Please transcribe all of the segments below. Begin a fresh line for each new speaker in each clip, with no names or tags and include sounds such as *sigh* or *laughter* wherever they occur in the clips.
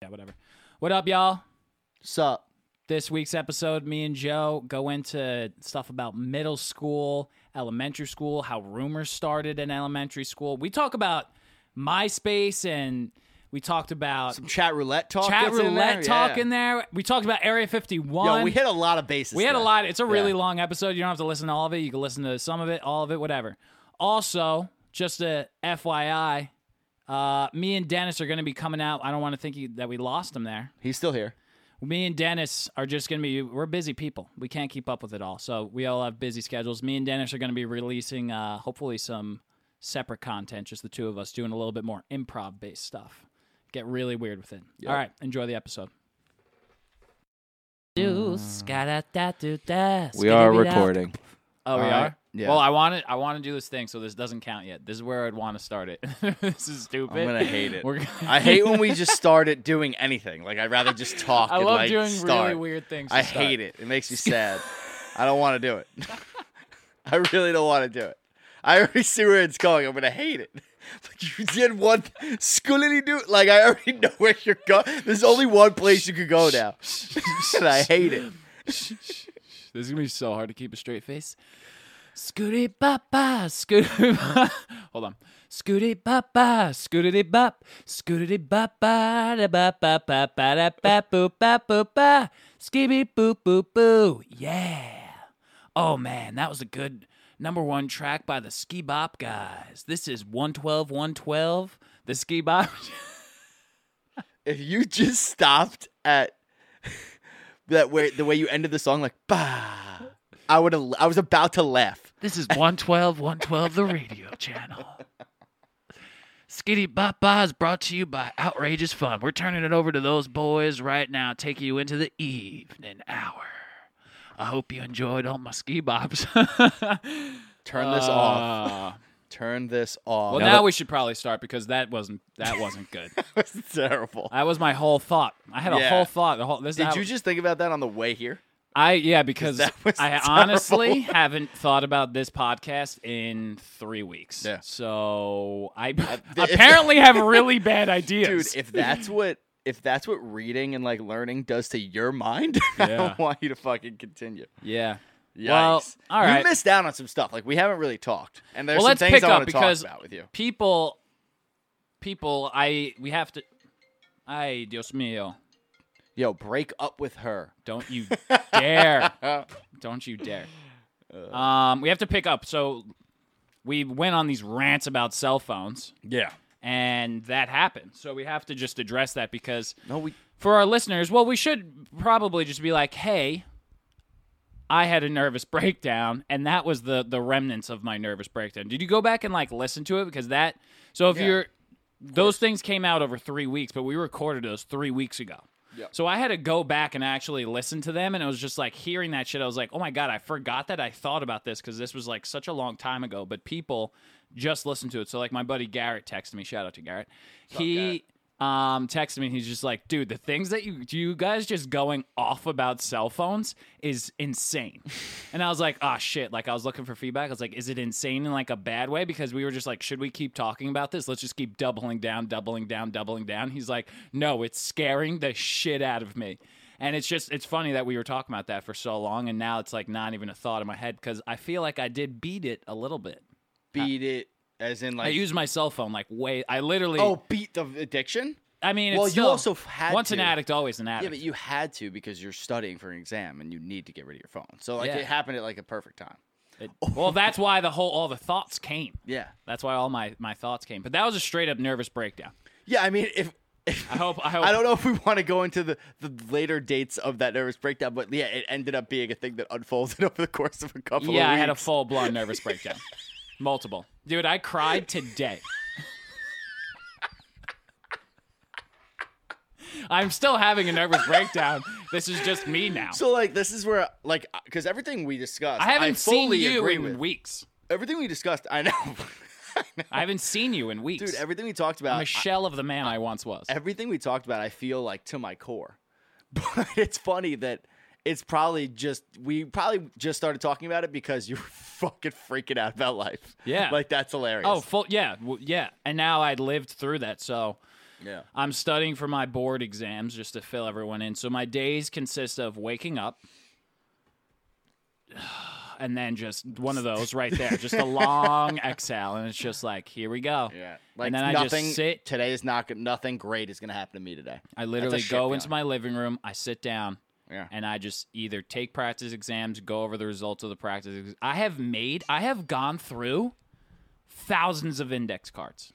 that, whatever. What up, y'all?
Sup?
This week's episode, me and Joe go into stuff about middle school, elementary school, how rumors started in elementary school. We talk about MySpace and we talked about
Some chat roulette talk.
chat
gets in
roulette
there?
talk
Yeah.
in there. We talked about Area 51.
Yo, we hit a lot of bases.
We had a
there.
lot. It's a really
Yeah.
long episode. You don't have to listen to all of it. You can listen to some of it, all of it, whatever. Also, just a FYI, uh, me and Dennis are going to be coming out. I don't want to think you, that we lost him there.
He's still here.
Me and Dennis are just going to be, we're busy people. We can't keep up with it all. So we all have busy schedules. Me and Dennis are going to be releasing uh, hopefully some separate content, just the two of us doing a little bit more improv based stuff. Get really weird with it. All right, enjoy the episode.
We are
*laughs*
recording.
Oh, we
All
are.
right. Yeah.
Well, I want to. I want to do this thing, so this doesn't count yet. This is where I'd want to start it. *laughs* this is stupid.
I'm gonna hate it.
We're-
I hate when we
*laughs*
just start at doing anything. Like I'd rather just talk.
I
and,
love
like,
doing
start.
really weird things. to
I
start.
hate it. It makes me
*laughs*
sad. I don't want to do it. *laughs* I really don't want to do it. I already see where it's going. I'm gonna hate it. *laughs* Like you did one schoolily do like I already *laughs* know where you're going. There's only one place you could go now. *laughs* and I hate it.
This is gonna be so hard to keep a straight face. Scooty papa, scooty. bop. Hold on. Scooty papa, scootity bop, scootity papa, da ba ba ba ba da ba boo ba boo ba, skibby boo boo boo. Yeah. Oh man, that was a good number one track by the Ski Bop guys. This is 112 112. The Ski Bop. *laughs*
If you just stopped at *laughs* that way the way you ended the song like bah I would have I was about to laugh.
This is 112, 112, the radio channel. Skitty Bop Ba is brought to you by Outrageous Fun. We're turning it over to those boys right now, taking you into the evening hour. I hope you enjoyed all my ski *laughs* bops.
Turn this off. Turn this
Uh,
off.
Well, now we should probably start because that wasn't that wasn't good.
that *laughs* was terrible.
that was my whole thought. I had a
Yeah.
whole thought. The whole this. is
Did
how-
you just think about that on the way here?
I yeah because
That was *laughs*
I
terrible.
honestly haven't thought about this podcast in three weeks.
Yeah.
So I *laughs*
th-
apparently
*laughs*
have really bad ideas.
Dude, if that's what if that's what reading and like learning does to your mind, *laughs* I
Yeah.
don't want you to fucking continue.
yeah.
Yikes.
Well, all right.
You missed out on some stuff. Like we haven't really talked, and there's
Well,
some
let's
things
pick
I
up
want to
because-
talk about with you.
People, people, I we have to. Ay, Dios mío!
Yo, break up with her.
Don't you dare!
*laughs*
Don't you dare! Um, we have to pick up. So we went on these rants about cell phones,
Yeah.
and that happened. So we have to just address that because
No, we.
for our listeners, well, we should probably just be like, hey, I had a nervous *laughs* breakdown, and that was the the remnants of my nervous breakdown. Did you go back and like listen to it? Because that so if
Yeah,
you're those things came out over three weeks, but we recorded those three weeks ago.
Yep.
So I had to go back and actually listen to them, and it was just like hearing that shit. I was like, "Oh my god, I forgot that I thought about this because this was like such a long time ago." But people just listen to it. So like my buddy Garrett texted me. Shout out to Garrett. he um texted me. and He's just like, "Dude, the things that you you guys just going off about cell phones is
*laughs*
insane." and I was like, "Ah shit!" Like I was looking for feedback. I was like, "Is it insane in like a bad way?" Because we were just like, "Should we keep talking about this? Let's just keep doubling down, doubling down, doubling down." He's like, "No, it's scaring the shit out of me." And it's just it's funny that we were talking about that for so long, and now it's like not even a thought in my head because I feel like I did beat it a little bit.
Beat it, as in
I
like.
use my cell phone like way. I literally.
oh, beat the addiction.
I mean, it's
well, you
still-
also had
once an
to.
addict, always an
Yeah,
addict.
but you had to because you're studying for an exam and you need to get rid of your phone. So like
Yeah.
it happened at like a perfect time.
It- well, that's why the whole all the thoughts came.
Yeah.
That's why all my my thoughts came. But that was a straight up nervous breakdown.
Yeah, I mean if. if
I hope. I hope.
*laughs* I don't know if we want to go into the, the later dates of that nervous breakdown, but yeah, it ended up being a thing that unfolded *laughs* over the course of a couple
yeah,
of
I
weeks.
had a full blown nervous breakdown.
*laughs*
Multiple. Dude, I cried today. I'm still having a nervous breakdown. This is just me now.
so like this is where like because everything we discussed,
I haven't seen
fully
you
agree
in
with.
weeks.
everything we discussed. I know, *laughs* I know.
I haven't seen you in weeks.
dude. Everything we talked about,
I'm a shell of the man I once was.
everything we talked about, I feel like to my core. *laughs* But it's funny that it's probably just we probably just started talking about it because you were *laughs* fucking freaking out about life.
Yeah.
like that's hilarious.
Oh, full yeah, w- yeah. And now I'd lived through that, so
Yeah.
I'm studying for my board exams just to fill everyone in. So my days consist of waking up *sighs* and then just one of those right there, just
*laughs*
a long exhale. And it's just like, here we go.
Yeah. Like
and then
nothing
I just sit.
today is not gonna- nothing great is going to happen to me today.
I literally
shit
go into my
feeling.
living room. I sit down.
Yeah.
and I just either take practice exams, go over the results of the practice. Ex- I have made, I have gone through thousands of index cards.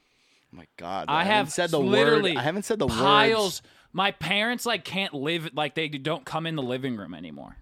Oh my god.
I,
haven't
have
said the
literally
word. I haven't said the
piles.
words.
My parents like can't live like they don't come in the living room anymore.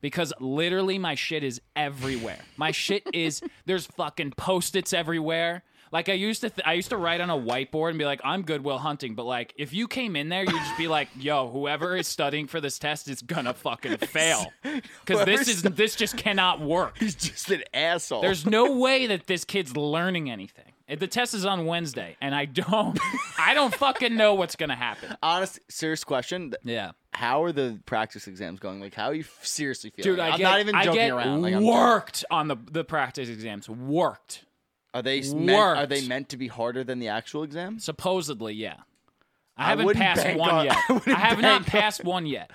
Because literally my shit is everywhere. My shit
*laughs*
is there's fucking post-its everywhere. Like I used to th- I used to write on a whiteboard and be like I'm Goodwill Hunting, but like if you came in there you'd just be like, "Yo, whoever is studying for this test is going to
*laughs*
fucking fail." Cuz this
Whoever's
is this just cannot work.
*laughs* He's just an asshole.
There's no way that this kid's learning anything. Uh, The test is on Wednesday, and I don't, I don't fucking know what's gonna happen.
honest, serious question. th-
Yeah,
How are the practice exams going? Like, how are you f- seriously feeling?
dude, I
I'm
get,
not even
I
joking
get
around. Like, I'm-
worked on the the practice exams. Worked,
are they s- meant, are
worked.
they meant to be harder than the actual exams?
supposedly, yeah. I
I
haven't
wouldn't
passed
bank
one
on- *laughs*
yet.
I wouldn't
I have not
bank on-
passed one yet.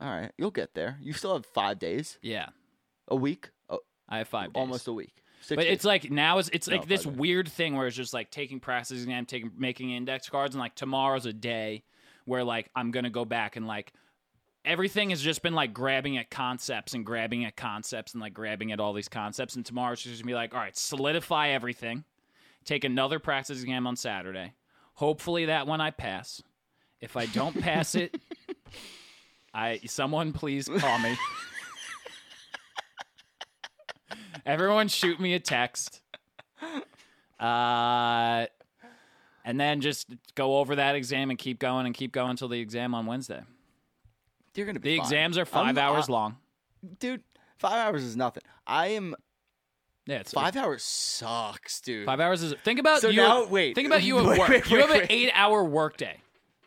All right, you'll get there. You still have five days,
Yeah,
a week, a-
I have five. Days.
almost a week. Six
But
days.
it's like now it's it's like
No,
this
five days.
weird thing where it's just like taking practice exam, taking making index cards, and like tomorrow's a day where like I'm gonna go back and like everything has just been like grabbing at concepts and grabbing at concepts and like grabbing at all these concepts, and tomorrow's just gonna be like, all right, solidify everything, take another practice exam on Saturday. Hopefully that one I pass. If I don't pass it, I someone please call me. *laughs* Everyone shoot me a text. Uh and then just go over that exam and keep going and keep going until the exam on Wednesday.
you're gonna be
The
fine.
exams are
I'm
5
not- uh,
hours long.
dude. Five hours is nothing. I am
Yeah, it's
five hours sucks, dude.
5 hours is Think about
So
you
now- wait.
Think
*laughs*
about you at
Wait,
work.
wait,
you
wait,
have an
wait.
8-hour workday.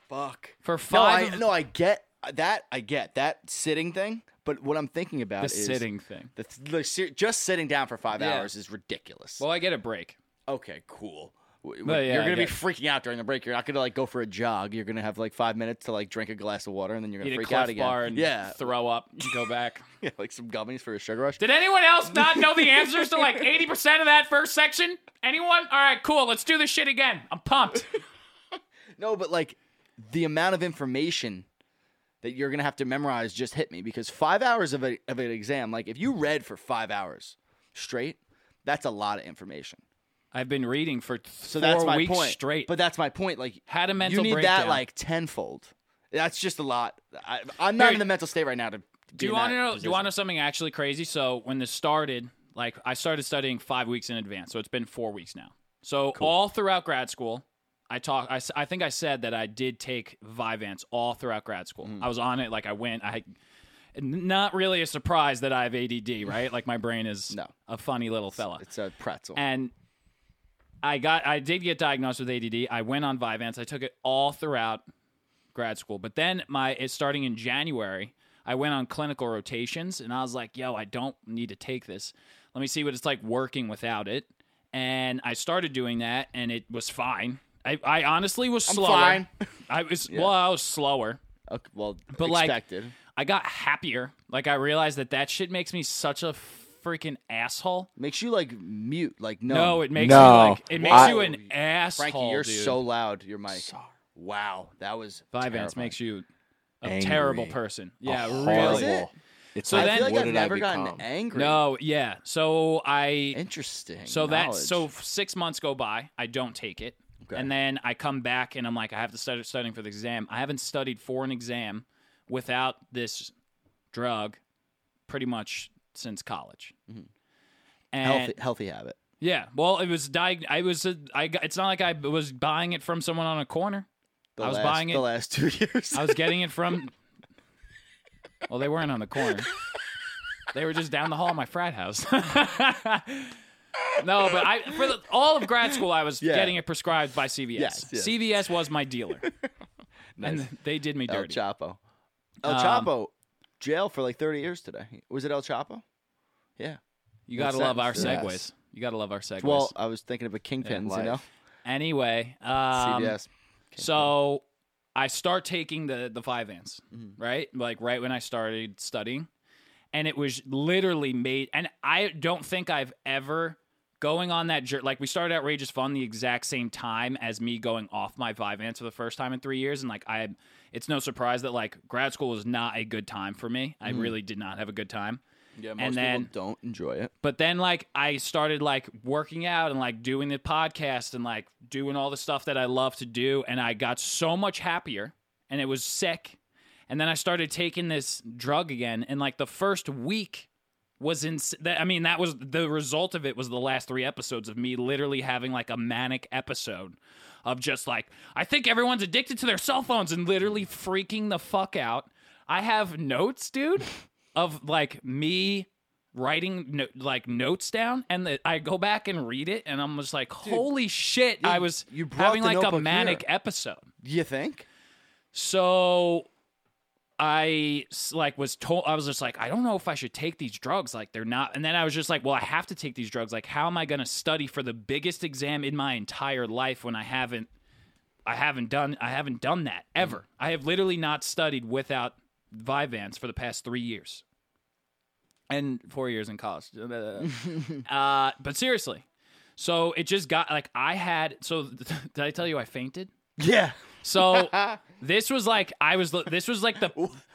Fuck.
For
No,
five
I
of
no, I get uh, that. I get that sitting thing. But what I'm thinking about
the
is
sitting thing.
The, th- the ser- just sitting down for five
Yeah.
hours is ridiculous.
Well, I get a break.
okay, cool. W-
But
w-
yeah,
you're
I
gonna be
get it.
freaking out during the break. You're not gonna like go for a jog. You're gonna have like five minutes to like drink a glass of water, and then you're gonna
Eat a
freak out
Clef
again.
bar and
yeah,
throw up and go back.
*laughs*
*laughs*
Yeah, like some gummies for a sugar rush.
Did anyone else not know the answers to like 80% of that first section? Anyone? All right, cool. Let's do this shit again. I'm
*laughs*
pumped.
No, but like the amount of information that you're gonna have to memorize just hit me because five hours of a, of an exam, like if you read for five hours straight, that's a lot of information.
I've been reading for
So
four
that's my
weeks
point.
straight.
But that's my point. Like
Had a mental
You need that
breakdown.
like tenfold. That's just a lot. I, I'm not
Dude,
in the mental state right now to.
do you want to know? Do you want to know something actually crazy? So when this started, like I started studying five weeks in advance, so it's been four weeks now. So all throughout grad school, I talk. I, s- I think I said that I did take Vyvanse all throughout grad school. I was on it. Like I went. I not really a surprise that I have ADD, right? like my brain is
No.
a funny little fella.
It's a pretzel.
and I got I did get diagnosed with ADD. I went on Vyvanse. I took it all throughout grad school. But then my it's starting in January, I went on clinical rotations and I was like, "Yo, I don't need to take this. Let me see what it's like working without it." And I started doing that and it was fine. I, I honestly was slower.
fine.
I was well, I was slower.
okay, well,
But, like-
expected.
I got happier. Like I realized that that shit makes me such a freaking asshole.
makes you like mute. Like no,
No, it makes
No.
you like it makes
I-
you an asshole.
Frankie, you're
dude.
so loud. Your mic. Wow, that was
Vyvanse
terrifying.
makes you a
Angry.
terrible person. Yeah,
horrible-
really.
it?
It's
So
like,
I feel like
what
I've
did
never
I
gotten
become?
angry.
No, yeah. So I
interesting.
so that
knowledge.
so f- 6 months go by, I don't take it.
Okay.
And then I come back and I'm like I have to start studying for the exam. I haven't studied for an exam without this drug pretty much since college. And
Mm-hmm. healthy, healthy habit.
yeah, well, it was diag- I was a, I got, it's not like I was buying it from someone on a corner.
The
I was
last,
buying
the
it-
last two *laughs* years.
I was getting it from. Well, they weren't on the corner. They were just down the hall at my frat house. *laughs* no, but I for the, all of grad school, I was
Yeah.
getting it prescribed by CVS.
Yes, yes.
CVS was my dealer,
*laughs* Nice. Oh,
and they did me
El
dirty.
Chapo. El
Um,
Chapo, jail for like 30 years today. Was it El Chapo? Yeah.
you gotta
Makes
love our
sense.
segues.
Yes.
You gotta love our segues.
Well, I was thinking of a kingpins,
life.
you know?
anyway, um,
CBS.
So I start taking the the five ants, right? Like right when I started studying. And it was literally made and I don't think I've ever going on that journey like we started outrageous fun the exact same time as me going off my five ants for the first time in three years and like i it's no surprise that like grad school was not a good time for me i really did not have a good time
Yeah, most
most people then-
people don't enjoy it.
but then like I started like working out and like doing the podcast and like doing all the stuff that I love to do and I got so much happier and it was sick. And then I started taking this drug again and like the first week was in that I mean that was the result of it was the last 3 episodes of me literally having like a manic episode of just like I think everyone's addicted to their cell phones and literally freaking the fuck out. I have notes, dude, of like me writing no- like notes down and the, I go back and read it and I'm just like holy shit I was
you brought
having
the
like a
notebook
manic episode
You think?
so I s- like was told I was just like I don't know if I should take these drugs like they're not and then I was just like well I have to take these drugs like how am I going to study for the biggest exam in my entire life when I haven't I haven't done I haven't done that ever. I have literally not studied without Vyvanse for the past 3 years. And 4 years in college. *laughs* uh, but seriously. So it just got like I had so *laughs* did I tell you I fainted?
Yeah. *laughs*
So this was like I was this was like the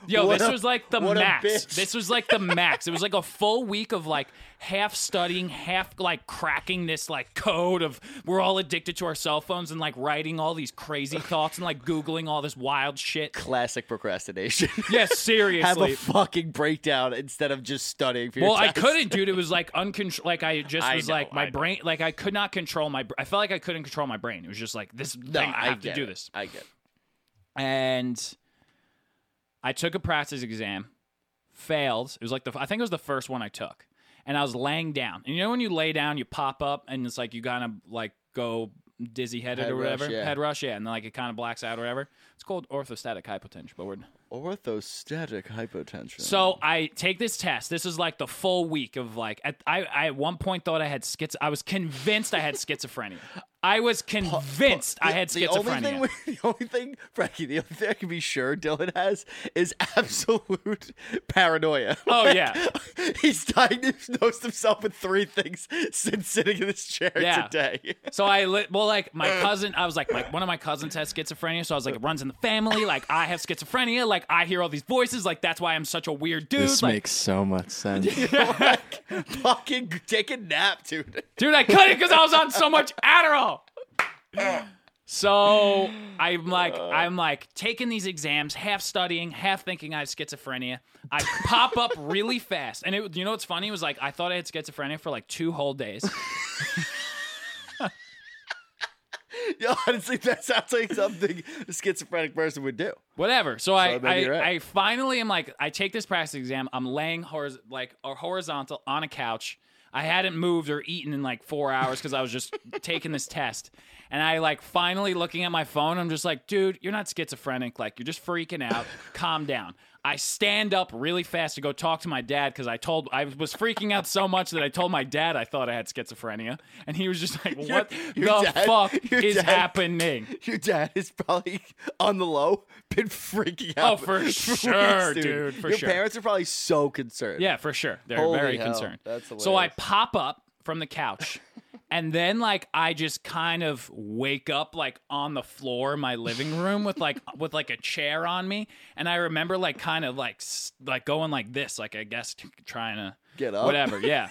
yo
What
this
a-
was like the
what a
max.
bitch.
This was like the max. It was like a full week of like half studying, half like cracking this like code of we're all addicted to our cell phones and like writing all these crazy thoughts and like googling all this wild shit.
Classic procrastination.
*laughs*
Yeah, seriously.
Have a fucking breakdown instead of just studying for your
Well, I
test.
couldn't, dude. It was like uncontrol. Like I just
I
was
know,
like
I
my
know.
brain. Like I could not control my. Br- I felt like I couldn't control my brain. It was just like this
No,
thing. I, have to
get
do
it.
this.
I get. it.
and I took a practice exam, failed. It was like the I think it was the first one I took, and I was laying down. And you know when you lay down, you pop up, and it's like you kind of like go dizzy headed
Head
or
rush,
whatever,
yeah.
head rush, yeah, and then like it kind of blacks out or whatever. It's called orthostatic hypotension, but we're
Orthostatic hypotension.
so I take this test. This is like the full week of like at, I, I at one point thought I had schiz. I was
*laughs*
convinced I had schizophrenia. I was convinced I had schizophrenia.
The only thing, we- *laughs* the only thing, Frankie, the only thing I can be sure Dylan has is *laughs* absolute paranoia.
Oh, yeah.
*laughs* he's diagnosed himself with three things since sitting in this chair
Yeah.
today. *laughs*
So I li- well, like my cousin, I was like, my, one of my cousins has schizophrenia, so I was like, it runs in the family. Like I have schizophrenia. Like I hear all these voices. Like that's why I'm such a weird dude.
This
like,
makes so much sense.
Fucking take a nap, dude. *laughs*
dude, I cut it because I was on so much Adderall. So I'm like, I'm like taking these exams, half studying, half thinking I have schizophrenia. I pop up really fast, and it, you know what's funny It was like I thought I had schizophrenia for like two whole days.
Yo, honestly, that sounds like something a schizophrenic person would do.
whatever. So I,
maybe
I,
you're right.
I finally am like, I take this practice exam. I'm laying horiz- like or horizontal on a couch. I hadn't moved or eaten in like four hours because I
*laughs*
was just taking this test. And I like finally looking at my phone. I'm just like, dude, you're not schizophrenic. Like you're just freaking out. Calm down. I stand up really fast to go talk to my dad because I told I was freaking out so much that I told my dad I thought I had schizophrenia, and he was just like, "What
*laughs* your
the
dad-
fuck
your
is
dad-
happening?"
Your dad is probably on the low, been freaking
Oh,
out.
for
weeks,
sure, dude, for
Your
sure.
parents are probably so concerned.
Yeah, for sure. They're
Holy
very
hell,
concerned.
that's
so I
hilarious.
pop up from
*laughs*
the couch and then like I just kind of wake up like on the floor in my living room
*laughs*
with like with like a chair on me and I remember like kind of like s- like going like this like I guess t- trying to
Get up?
Whatever, yeah.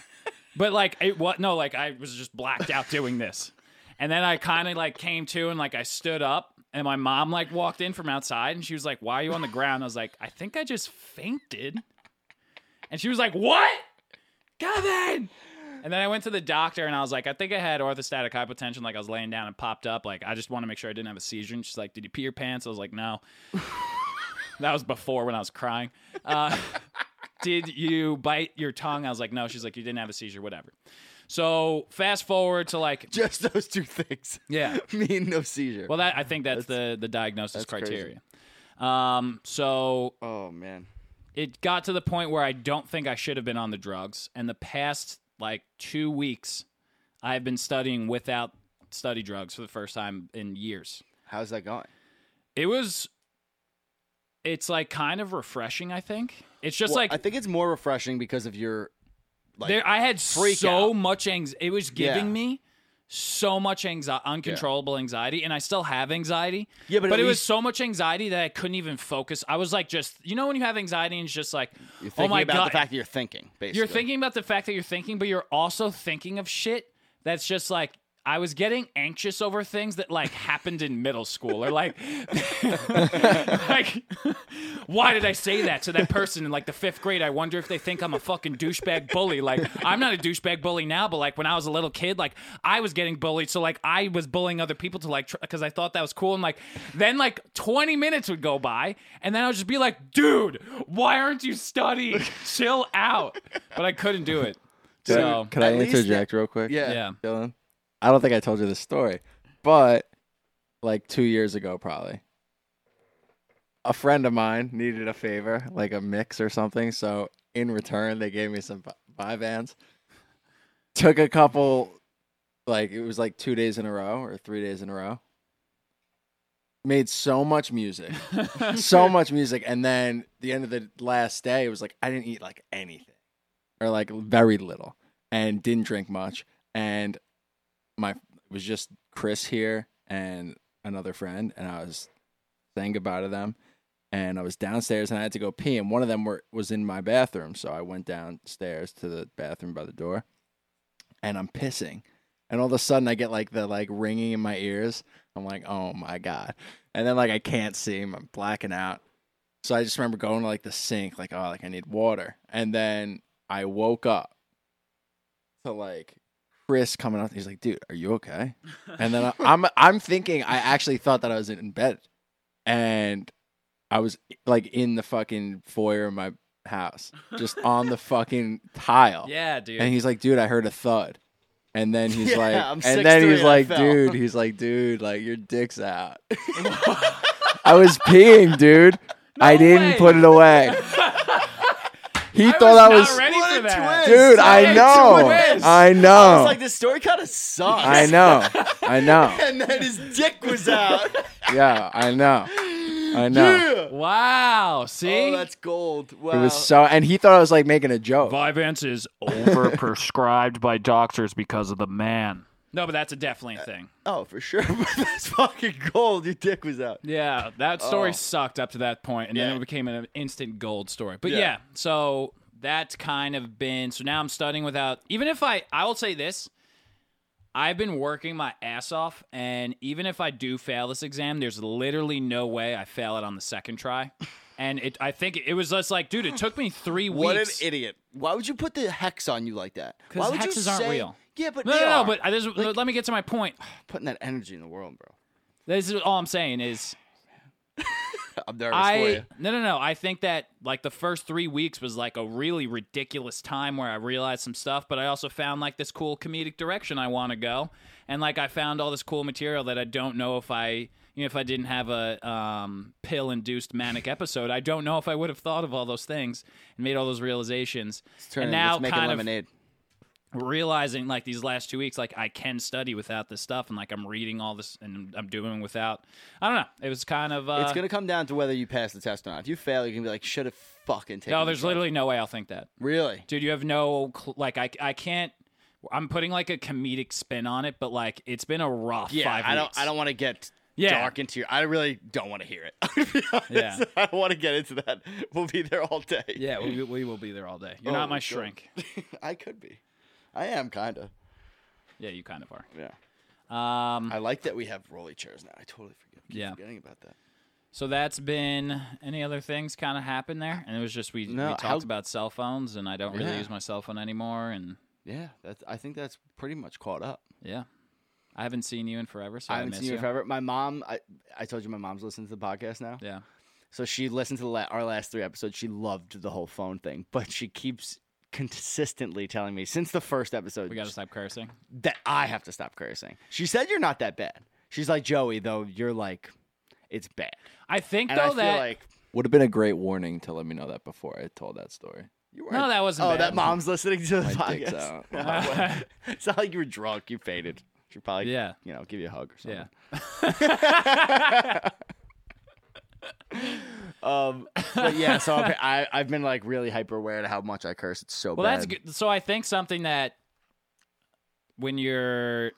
but like it what no like I was just blacked out doing this. And then I kind of like came to and like I stood up and my mom like walked in from outside and she was like, "Why are you on the ground?" I was like, "I think I just fainted." And she was like, "What, Kevin?" And then I went to the doctor and I was like, "I think I had orthostatic hypotension. Like I was laying down and popped up. Like I just want to make sure I didn't have a seizure." And she's like, "Did you pee your pants?" I was like, "No." *laughs* that was before when I was crying. Uh, did you bite your tongue? I was like, "No." She's like, "You didn't have a seizure. Whatever." So fast forward to like,
Just those two things. *laughs*
yeah.
Me and no seizure.
Well, that I think that's, the the diagnosis
crazy.
criteria. Um, so
oh man.
it got to the point where I don't think I should have been on the drugs. And the past like two weeks, I've been studying without study drugs for the first time in years.
How's that going?
It was. It's like kind of refreshing. I think it's just
Well,
like Oh
I think it's more refreshing because of your like
there, I had
freak
so
out.
much anxiety. It was giving
Yeah.
me so much anxiety, uncontrollable anxiety, and I still have anxiety.
Yeah, but at
it was
least-
so much anxiety that I couldn't even focus. I was like, just you know, when you have anxiety, and it's just like,
you're thinking
oh my
about
god,
the fact that you're thinking. Basically,
you're thinking about the fact that you're thinking, but you're also thinking of shit that's just like I was getting anxious over things that like happened in middle school or like *laughs* like why did I say that to that person in like the 5th grade? I wonder if they think I'm a fucking douchebag bully. Like I'm not a douchebag bully now, but like when I was a little kid, like I was getting bullied, so like I was bullying other people to like cuz I thought that was cool and like then like 20 minutes would go by and then I would just be like, "Dude, why aren't you studying? Chill out." But I couldn't do it. So
Could I
At least
interject real quick?
Yeah.
yeah.
Dylan, I don't think I told you this story, but like two years ago, probably, a friend of mine needed a favor, like a mix or something. So in return, they gave me some buy bands. Took a couple, like it was like two days in a row or three days in a row. Made so much music, so much music, and then the end of the last day, it was like I didn't eat like anything, or like very little, and didn't drink much, and my it was just Chris here and another friend, and I was saying goodbye to them, and I was downstairs and I had to go pee, and one of them were was in my bathroom, so I went downstairs to the bathroom by the door, and I'm pissing, and all of a sudden I get like the like ringing in my ears. I'm like, oh my god, and then like I can't see, I'm blacking out. So I just remember going to like the sink, like oh, like I need water, and then I woke up to like Chris coming up. He's like, "Dude, are you okay?" And then I, I'm I'm thinking I actually thought that I was in bed, and I was like in the fucking foyer of my house, just on the fucking tile.
Yeah, dude.
And he's like, "Dude, I heard a thud." And then he's
Yeah,
like,
I'm
and then
6'3"
he's
and I
like,
fell.
dude, he's like, dude, like your dick's out. *laughs* I was peeing, dude. I didn't
way.
put it away. he
I
thought I
not
was,
ready
What
for
a
that.
twist.
dude.
Sorry,
I know,
twist.
I know.
I was like, this story kind of sucks.
I know. I know.
*laughs* And then his dick
*laughs*
was out.
Yeah, I know. I know.
Yeah.
Wow. See?
Oh, that's gold.
Oh. It
Wow.
was so and he thought I was like making a joke.
Vyvanse is overprescribed by doctors because of the man. No, but that's a definitely thing.
oh, for sure. *laughs* that's fucking gold. Your dick was out.
Yeah, that story
Oh.
sucked up to that point, and then
Yeah.
it became an instant gold story. But yeah.
Yeah.
so that's kind of been. So now I'm studying without. Even if I, I will say this, I've been working my ass off, and even if I do fail this exam, there's literally no way I fail it on the
*laughs*
second try. And it, I think it was just like, dude, it took me three weeks.
What an idiot.
Why would you put the hex on you like that?
'Cause
Why would you
hexes aren't
say-
real.
Yeah, but
no,
they
no, no.
are.
But this, let me get to my point.
putting that energy in the world, bro.
This is all I'm saying is
I'm nervous for
I
you.
no no no. I think that like the first three weeks was like a really ridiculous time where I realized some stuff, but I also found like this cool comedic direction I want to go, and like I found all this cool material that I don't know if I you know if I didn't have a um, pill induced manic episode, I don't know if I would have thought of all those things and made all those realizations. and now
it's making
kind of
lemonade.
realizing like these last two weeks, like I can study without this stuff, and like I'm reading all this and I'm doing without. I don't know. It was kind of uh,
it's gonna come down to whether you pass the test or not. If you fail, you're gonna be like, should have fucking taken.
no.
the
oh, There's
shot."
literally no way I'll think that.
really.
dude you have no cl- like i i can't i'm putting like a comedic spin on it but like it's been a rough
Yeah,
five
I don't.
weeks.
I don't want to get
Yeah.
dark into your. I really don't want to hear it. *laughs* I'm gonna be honest.
Yeah.
I don't want to get into that. We'll be there all day.
yeah we, we will be there all day you're
Oh,
not my
good.
shrink
*laughs* I could be. I am kind of.
yeah you kind of are
Yeah.
um
I like that we have rolly chairs now. I totally forget. keep
Yeah.
Forgetting about that.
so that's been any other things kind of happened there and it was just we,
No,
we talked
how-
about cell phones and i don't really
Yeah.
use my cell phone anymore and
Yeah. That's. I think that's pretty much caught up.
yeah i haven't seen you in forever so
I
i,
haven't
miss
seen you in forever. My mom. I. I told you my mom's listening to the podcast now.
yeah
So she listened to the la- our last three episodes. She loved the whole phone thing, but she keeps consistently telling me since the first episode
we gotta stop cursing
that I have to stop cursing. She said you're not that bad. She's like Joey, though you're like, it's bad.
i think
And I
though
feel
that
like
Would have been a great warning to let me know that before I told that story.
you were.
no that wasn't
oh,
bad.
that mom's listening to the
My
*laughs*
dick's
podcast.
*laughs*
it's not like you were drunk. You faded. She probably,
Yeah.
you know, give you a hug or something.
yeah *laughs*
*laughs* Um, but yeah, so I've, I, I've been like really hyper aware to how much I curse. It's so
Well,
bad.
that's good. So I think something that when you're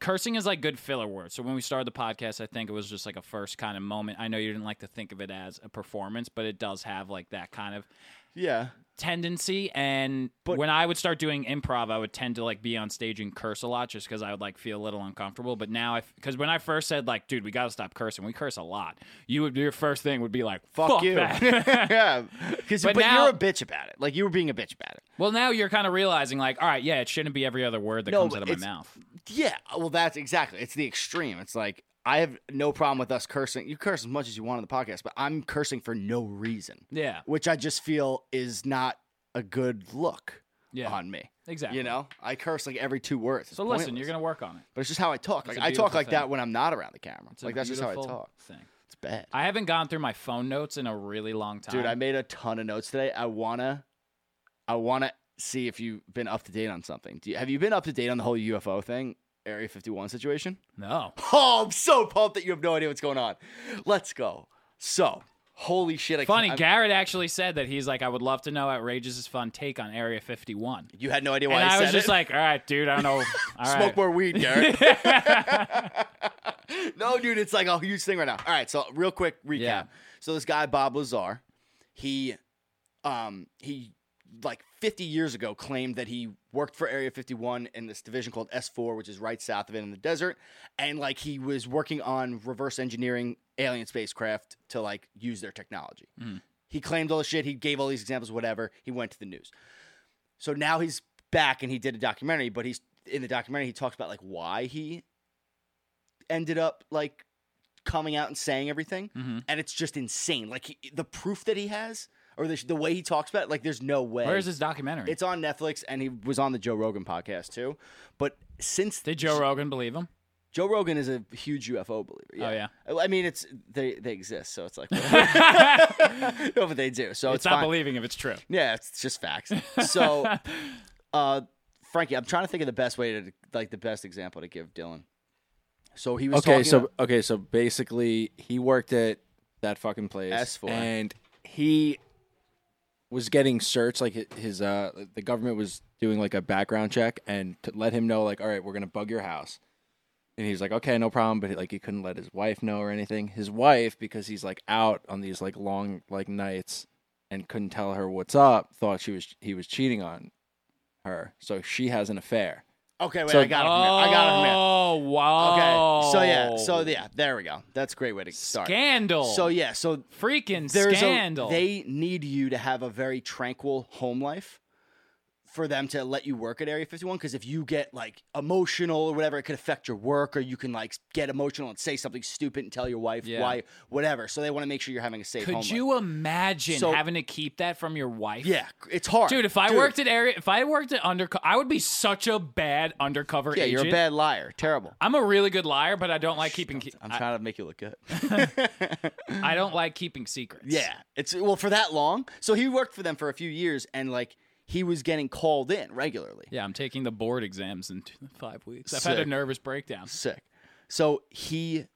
cursing is like good filler words. So when we started the podcast, I think it was just like a first kind of moment. I know you didn't like to think of it as a performance, but it does have like that kind of
Yeah.
tendency. And when I would start doing improv, I would tend to like be on stage and curse a lot just because I would like feel a little uncomfortable. But now, I because when I first said like, dude, we got to stop cursing, we curse a lot. You would your first thing would be like, fuck,
you." *laughs*
that." *laughs*
Yeah.
Because
But
but,
now-
you're a bitch about it. Like you were being a bitch about it.
well, now you're kind of realizing like, all right, yeah, it shouldn't be every other word that
No,
comes out
but
of my
it's-
mouth.
Yeah. Well, that's exactly. It's the extreme. It's like I have no problem with us cursing. You curse as much as you want on the podcast, but I'm cursing for no reason,
Yeah,
which I just feel is not a good look
yeah,
on me.
exactly.
You know, I curse like every two words. It's
So listen,
pointless.
you're gonna work on it.
But it's just how I talk.
It's
Like
a
I talk
beautiful
like
thing.
that when I'm not around the camera.
It's a
Like that's just how I
beautiful
talk.
Thing.
It's bad.
I haven't gone through my phone notes in a really long time,
Dude, I made a ton of notes today. I wanna, I wanna see if you've been up to date on something. Do you, have you been up to date on the whole UFO thing, Area 51 situation? *laughs*
no.
Oh, I'm so pumped that you have no idea what's going on. Let's go. So, holy shit! I
Funny,
can't- I'm-
Garrett actually said that he's like, I would love to know outrageous fun take on Area 51.
you had no idea why
And
I,
I was
said
just
it.
like, all right, dude, I
*laughs*
don't know. All
Smoke
right.
more
*laughs*
weed, Garrett. *laughs* no, dude, it's like a huge thing right now. All right, so real quick recap.
Yeah.
So this guy Bob Lazar, he, um, he like 50 years ago claimed that he worked for Area 51 in this division called S4, which is right south of it in the desert, and like he was working on reverse engineering alien spacecraft to like use their technology. He claimed all this shit. He gave all these examples, whatever. He went to the news. So now he's back and he did a documentary, but he's in the documentary he talks about like why he ended up like coming out and saying everything,
Mhm.
and it's just insane. Like he, the proof that he has, or the, the way he talks about it, like there's no way.
Where's this documentary?
It's on Netflix, and he was on the Joe Rogan podcast too. But since
Did Joe Rogan believe him?
Joe Rogan is a huge UFO believer. Yeah.
Oh, yeah.
I- I mean, it's they they exist, so it's
*laughs*
like no, but they do. So
It's,
it's,
not
fine.
believing if it's true.
Yeah, it's
*laughs*
just facts. So, uh, Frankie, I'm trying to think of the best way to like the best example to give Dylan. So he was
Okay,
talking
so
about-
okay, so basically he worked at that fucking place
S4.
and he was getting searched like hi- his uh the government was doing like a background check and to let him know like all right, we're going to bug your house. And he was like, "Okay, no problem," but like he couldn't let his wife know or anything. His wife because he's like out on these like long like nights and couldn't tell her what's up, thought she was he was cheating on her. So she has an affair.
okay, wait,
so-
I got it from there. I got it from there.
Oh, wow.
Okay, so yeah, so yeah, there we go. That's a great way to start.
Oh. Scandal.
So yeah, so
freaking
there's
scandal.
a they need you to have a very tranquil home life for them to let you work at Area 51 because if you get like emotional or whatever, it could affect your work or you can like get emotional and say something stupid and tell your wife
Yeah.
why whatever. So they want to make sure you're having a safe home.
Could
life.
you imagine
So-
having to keep that from your wife?
Yeah, it's hard,
Dude, if I worked at area, if I worked at undercover, I would be such a bad undercover
yeah,
agent.
you're a bad liar, terrible.
I'm a really good liar, but I don't like keeping. Ke-
I'm
I,
trying to make you look good.
I don't like keeping secrets.
Yeah, it's well for that long. So he worked for them for a few years, and like he was getting called in regularly.
yeah. I'm taking the board exams in two, five weeks. I've had a
Sick.
nervous breakdown.
sick. So he,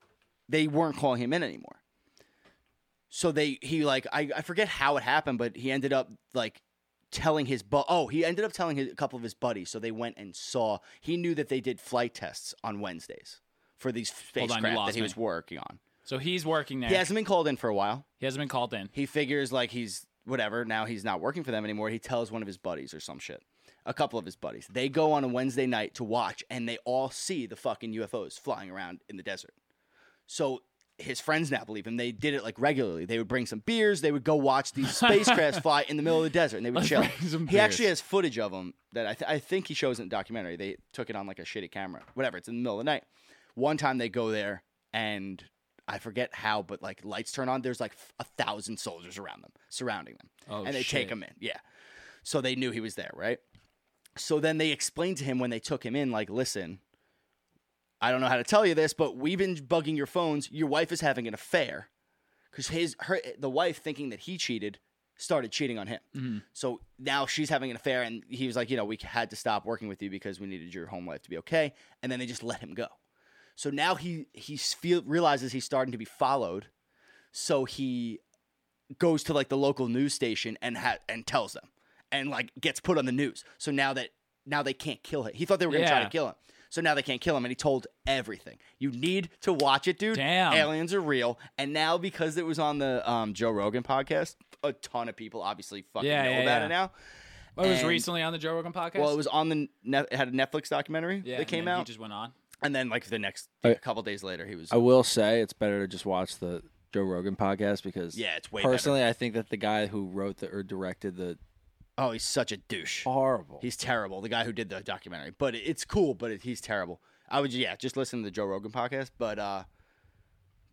they weren't calling him in anymore. So they, he like, I, I forget how it happened, but he ended up like telling his, bu- oh, he ended up telling his, a couple of his buddies. So they went and saw, he knew that they did flight tests on Wednesdays for these
Hold on, you
spacecraft that
lost
he
me. Eh.
was working on.
So he's working there.
He hasn't been called in for a while.
He hasn't been called in.
He figures like he's whatever. Now he's not working for them anymore. He tells one of his buddies or some shit. A couple of his buddies. They go on a Wednesday night to watch and they all see the fucking UFOs flying around in the desert. So his friends now believe him. They did it like regularly. They would bring some beers. They would go
*laughs*
watch these spacecrafts fly in the middle of the desert and they would
Let's
chill.
bring some
He actually
beers.
has footage of them that I, th- I think he shows in the documentary. They took it on like a shitty camera. Whatever. It's in the middle of the night. One time they go there and I forget how, but like lights turn on. There's like f- a thousand soldiers around them, surrounding them,
Oh,
and they
shit.
take him in. Yeah, so they knew he was there, right? So then they explained to him when they took him in, like, listen, I don't know how to tell you this, but we've been bugging your phones. Your wife is having an affair because his her the wife thinking that he cheated started cheating on him.
Mm-hmm.
So now she's having an affair, and he was like, you know, we had to stop working with you because we needed your home life to be okay. And then they just let him go. So now he he feel, realizes he's starting to be followed. So he goes to like the local news station and ha- and tells them, and like gets put on the news. So now that now they can't kill him. He thought they were gonna try
Yeah.
to kill him. So now they can't kill him, and he told everything. You need to watch it, dude.
Damn.
aliens are real. And now because it was on the um, Joe Rogan podcast, a ton of people obviously fucking
Yeah,
know
yeah,
about
yeah.
it now.
Well, it was
And-
recently on the Joe Rogan podcast.
Well, it was on the net, it had a Netflix documentary
yeah,
that
and
came
then He
out,
just went on.
and then like the next
I-
a couple days later, he was
I will say it's better to just watch the Joe Rogan podcast because
yeah, it's way
personally I think that the guy who wrote the or directed the
better. Oh, he's such a douche.
horrible.
He's terrible. The guy who did the documentary, but it- it's cool. But it, he's terrible. I would yeah, just listen to the Joe Rogan podcast. But uh,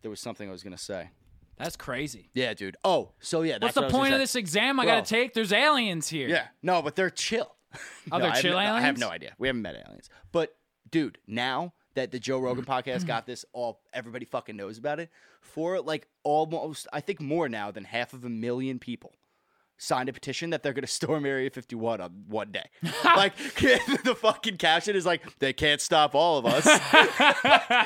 there was something I was gonna say.
That's crazy.
Yeah, dude. Oh, so yeah.
What's
That's what I
the
was
point of
gonna
this
say.
exam I
Bro.
got to take? There's aliens here.
Yeah, no, but they're chill.
Oh,
*laughs* No,
they're
I have
chill
no- I have
aliens?
no idea. We haven't met aliens, but dude, now that the Joe
*clears throat*
Rogan podcast got this, all everybody fucking knows about it. For like almost, I think more now than half of a million people signed a petition that they're going to *laughs* storm Area 51 on
*laughs*
one day. like *laughs* the fucking caption is like, they can't stop all of
*laughs*
us.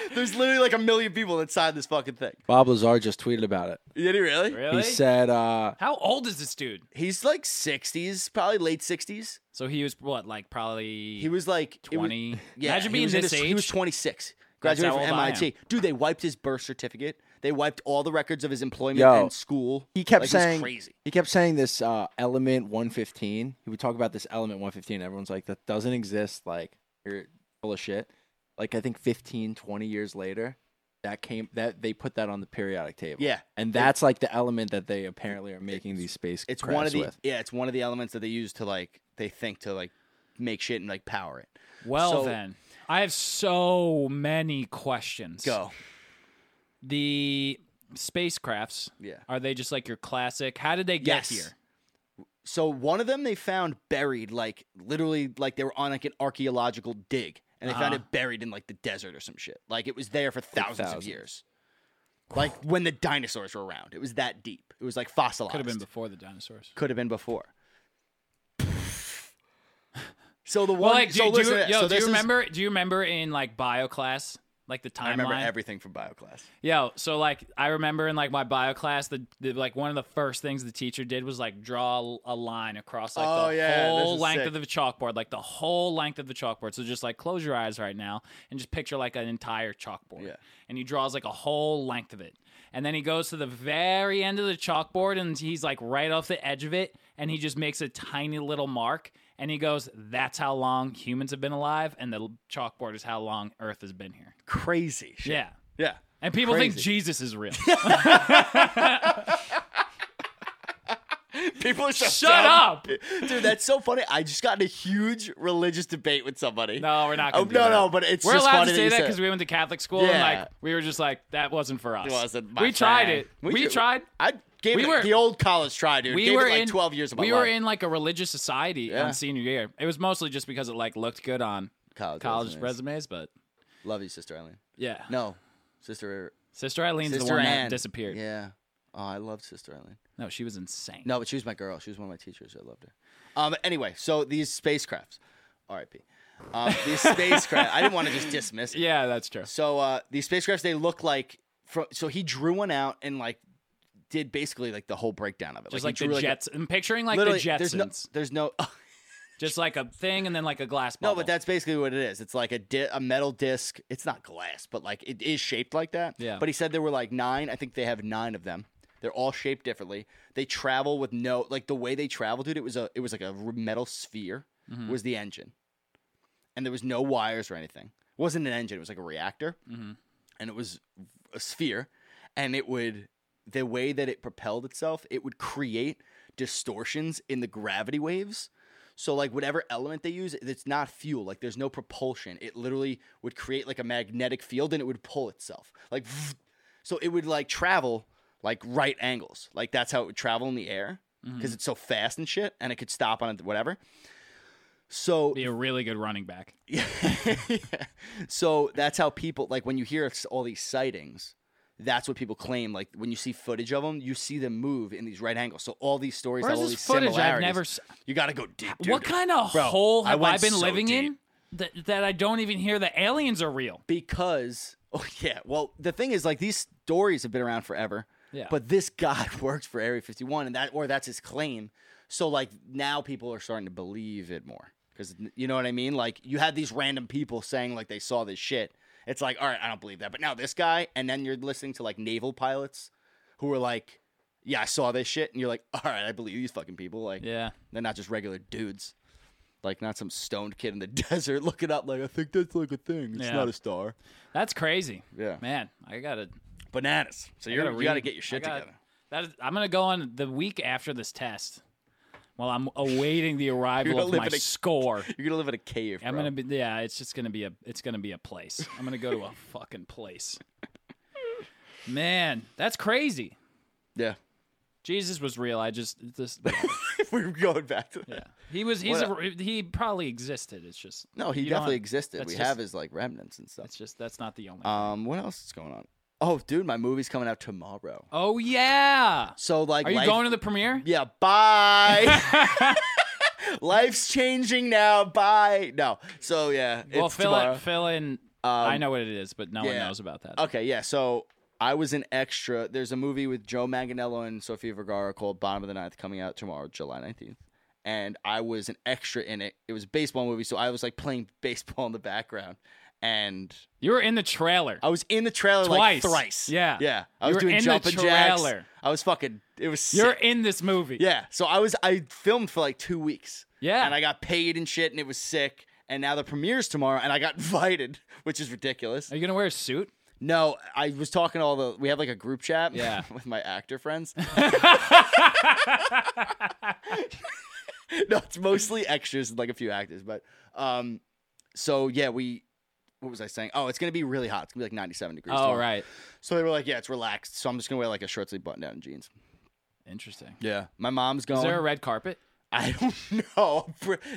*laughs* There's literally like a million people that signed this fucking thing.
Bob Lazar just tweeted about it.
Did he really?
Really?
He said uh
How old is this dude?
He's like 60s, probably late 60s.
So he was what, like probably
He was like it was-
20?
Yeah,
Imagine
he
being
was in
this
his- He was
age.
26.
That's
Graduated
how
from
old I
MIT. Dude, they wiped his birth certificate. They wiped all the records of his employment
Yo.
and school.
he kept
Like, it was
saying
crazy.
he kept saying this uh, element 115. He would talk about this element 115. Everyone's like that doesn't exist. Like you're full of shit. Like I think 15, 20 years later, that came that they put that on the periodic table.
Yeah.
and that's like the element that they apparently are making these space.
It's one of the
with.
yeah, it's one of the elements that they use to like they think to like make shit and like power it.
Well
So-
then, I have so many questions.
Go.
The spacecrafts.
Yeah.
Are they just like your classic? How did they get
Yes.
here?
So one of them they found buried like literally like they were on like an archaeological dig and they found
Uh-huh.
it buried in like the desert or some shit. Like it was there for thousands,
thousands.
of years. Like when the dinosaurs were around. It was that deep. It was like fossilized.
Could have been before the dinosaurs.
could have been before. *laughs* So the one,
Well, like, do,
so
do
listen,
you,
to this.
yo, do
so this
you
is-
remember? do you remember in like bio class, like the timeline?
I remember everything from bio class.
Yo, so like I remember in like my bio class, the, the like one of the first things the teacher did was like draw a line across like
Oh,
the
yeah, this
whole
is
length
sick.
of the chalkboard, like the whole length of the chalkboard. So just like close your eyes right now and just picture like an entire chalkboard.
Yeah.
And he draws like a whole length of it. And then he goes to the very end of the chalkboard and he's like right off the edge of it and he just makes a tiny little mark and he goes, That's how long humans have been alive and the chalkboard is how long Earth has been here.
Crazy. Shit.
Yeah.
Yeah.
And people think
Crazy.
Jesus is real.
People are so
Shut
dumb.
up!
dude. That's so funny. I just got in a huge religious debate with somebody.
No, we're not.
Oh,
Gonna do
no,
that.
no, but it's
we're
just
allowed to
funny that
say
you
that
said
because
it.
we went to Catholic school and
Yeah.
like we were just like that wasn't for us.
It wasn't my
we tried
friend.
it.
We
We,
did-
tried.
I gave
We
it
were-
the old college try, dude.
we
Gave it,
were
like
in
twelve years of my
We
life.
were in like a religious society
Yeah.
on senior year. It was mostly just because it like looked good on
college.
college
resumes.
resumes, but
Love you, sister Eileen.
yeah.
No, sister.
Sister Eileen's
Sister
the one
Ann.
that disappeared.
Yeah. Oh, I loved sister Eileen.
No, she was insane.
No, but she was my girl. She was one of my teachers. I loved her. Um, but anyway, so these spacecrafts, R.I.P. Um,
*laughs*
these spacecraft. I didn't want to just dismiss it.
Yeah, that's true.
So uh, these spacecrafts, they look like. From, so he drew one out and like did basically like the whole breakdown of it.
Just
he
like,
drew,
the Jets. I'm picturing like
Like,
the
literally,
Jetsons.
there's no, there's no,
Just like a thing and then like a glass
no,
bubble.
but that's basically what it is. It's like a di- a metal disc. It's not glass, but like it is shaped like that.
Yeah.
But he said there were like nine. I think they have nine of them. They're all shaped differently. They travel with no like the way they travel, dude. It was a it was like a r- metal sphere
Mm-hmm.
was the engine, and there was no wires or anything. It wasn't an engine. It was like a reactor,
Mm-hmm.
and it was a sphere, and it would the way that it propelled itself, it would create distortions in the gravity waves. So like whatever element they use, it's not fuel. Like there's no propulsion. It literally would create like a magnetic field and it would pull itself. Like *sniffs* so it would like travel like right angles. Like that's how it would travel in the air because it's so fast and shit and it could stop on it whatever. So
be a really good running back.
*laughs* so that's how people like when you hear all these sightings that's what people claim like when you see footage of them you see them move in these right angles so all these stories
Where's
have all
this
these
footage I've
similarities
never s-
you gotta go deep dude.
What kind of
Bro,
hole have I,
went
been
so
living
deep.
in that, that I don't even hear the aliens are real?
*laughs* because oh yeah well the thing is like these stories have been around forever
Yeah.
But this guy *laughs* works for Area 51, and that or that's his claim. So like now people are starting to believe it more because you know what I mean. Like you had these random people saying like they saw this shit. It's like all right, I don't believe that. But now this guy, and then you're listening to like naval pilots who are like, yeah, I saw this shit, and you're like, all right, I believe these fucking people. Like,
Yeah.
they're not just regular dudes. Like not some stoned kid in the *laughs* desert looking up like I think that's like a thing. It's
Yeah.
not a star.
That's crazy.
Yeah.
Man, I gotta
Bananas. So
I
you're,
gotta
you got to
read-
get your shit
I gotta-
together.
That is, I'm gonna go on the week after this test. While I'm awaiting
*laughs*
the arrival
You're
of my
living a- *laughs*
score,
You're gonna live in a cave.
I'm
bro.
gonna be yeah. It's just gonna be a it's gonna be a place. I'm gonna go to a *laughs* fucking place. Man, that's crazy.
Yeah. *laughs*
Jesus was real. I just this
if we're going back to that.
yeah. He was he's a, he probably existed. It's just
*laughs* No, he
you don't-
definitely existed.
that's
We
just-
have his like remnants and stuff.
It's just that's not the only.
Um, what else is going on? Oh, dude, my movie's coming out tomorrow.
oh yeah.
So like,
Are you
life-
going to the premiere?
*laughs* Yeah, bye.
*laughs*
Life's changing now. Bye. No. So yeah,
well,
it's
fill
tomorrow. Um,
it fill in. I know what it is, but no one
yeah. Uh,
knows about that.
Okay, yeah. So I was an extra. There's a movie with Joe Manganello and Sofia Vergara called Bottom of the Ninth coming out tomorrow, July 19th. And I was an extra in it. It was a baseball movie, so I was like playing *laughs* baseball in the background. And
You were in the trailer.
I was in the trailer
Twice.
like thrice.
Yeah.
Yeah. I
You
was
were
doing
in the
jumping jacks.
trailer.
I was fucking it was
You're
sick.
in this movie.
Yeah. So I was I filmed for like two weeks.
Yeah.
And I got paid and shit and it was sick. And now the premiere's tomorrow and I got *laughs* invited, which is ridiculous.
Are you gonna wear a suit?
No, I was talking to all the. We have like a group chat.
Yeah.
*laughs* with my actor friends.
*laughs*
no, it's mostly extras and like a few actors, but um, so yeah, we. What was I saying? Oh, it's gonna be really hot. It's gonna be like ninety-seven degrees.
Oh
tomorrow.
right.
So they were like, "Yeah, it's relaxed." So I'm just gonna wear like a short sleeve button down and jeans.
Interesting.
Yeah, my mom's going.
Is there a red carpet?
I don't *laughs* know,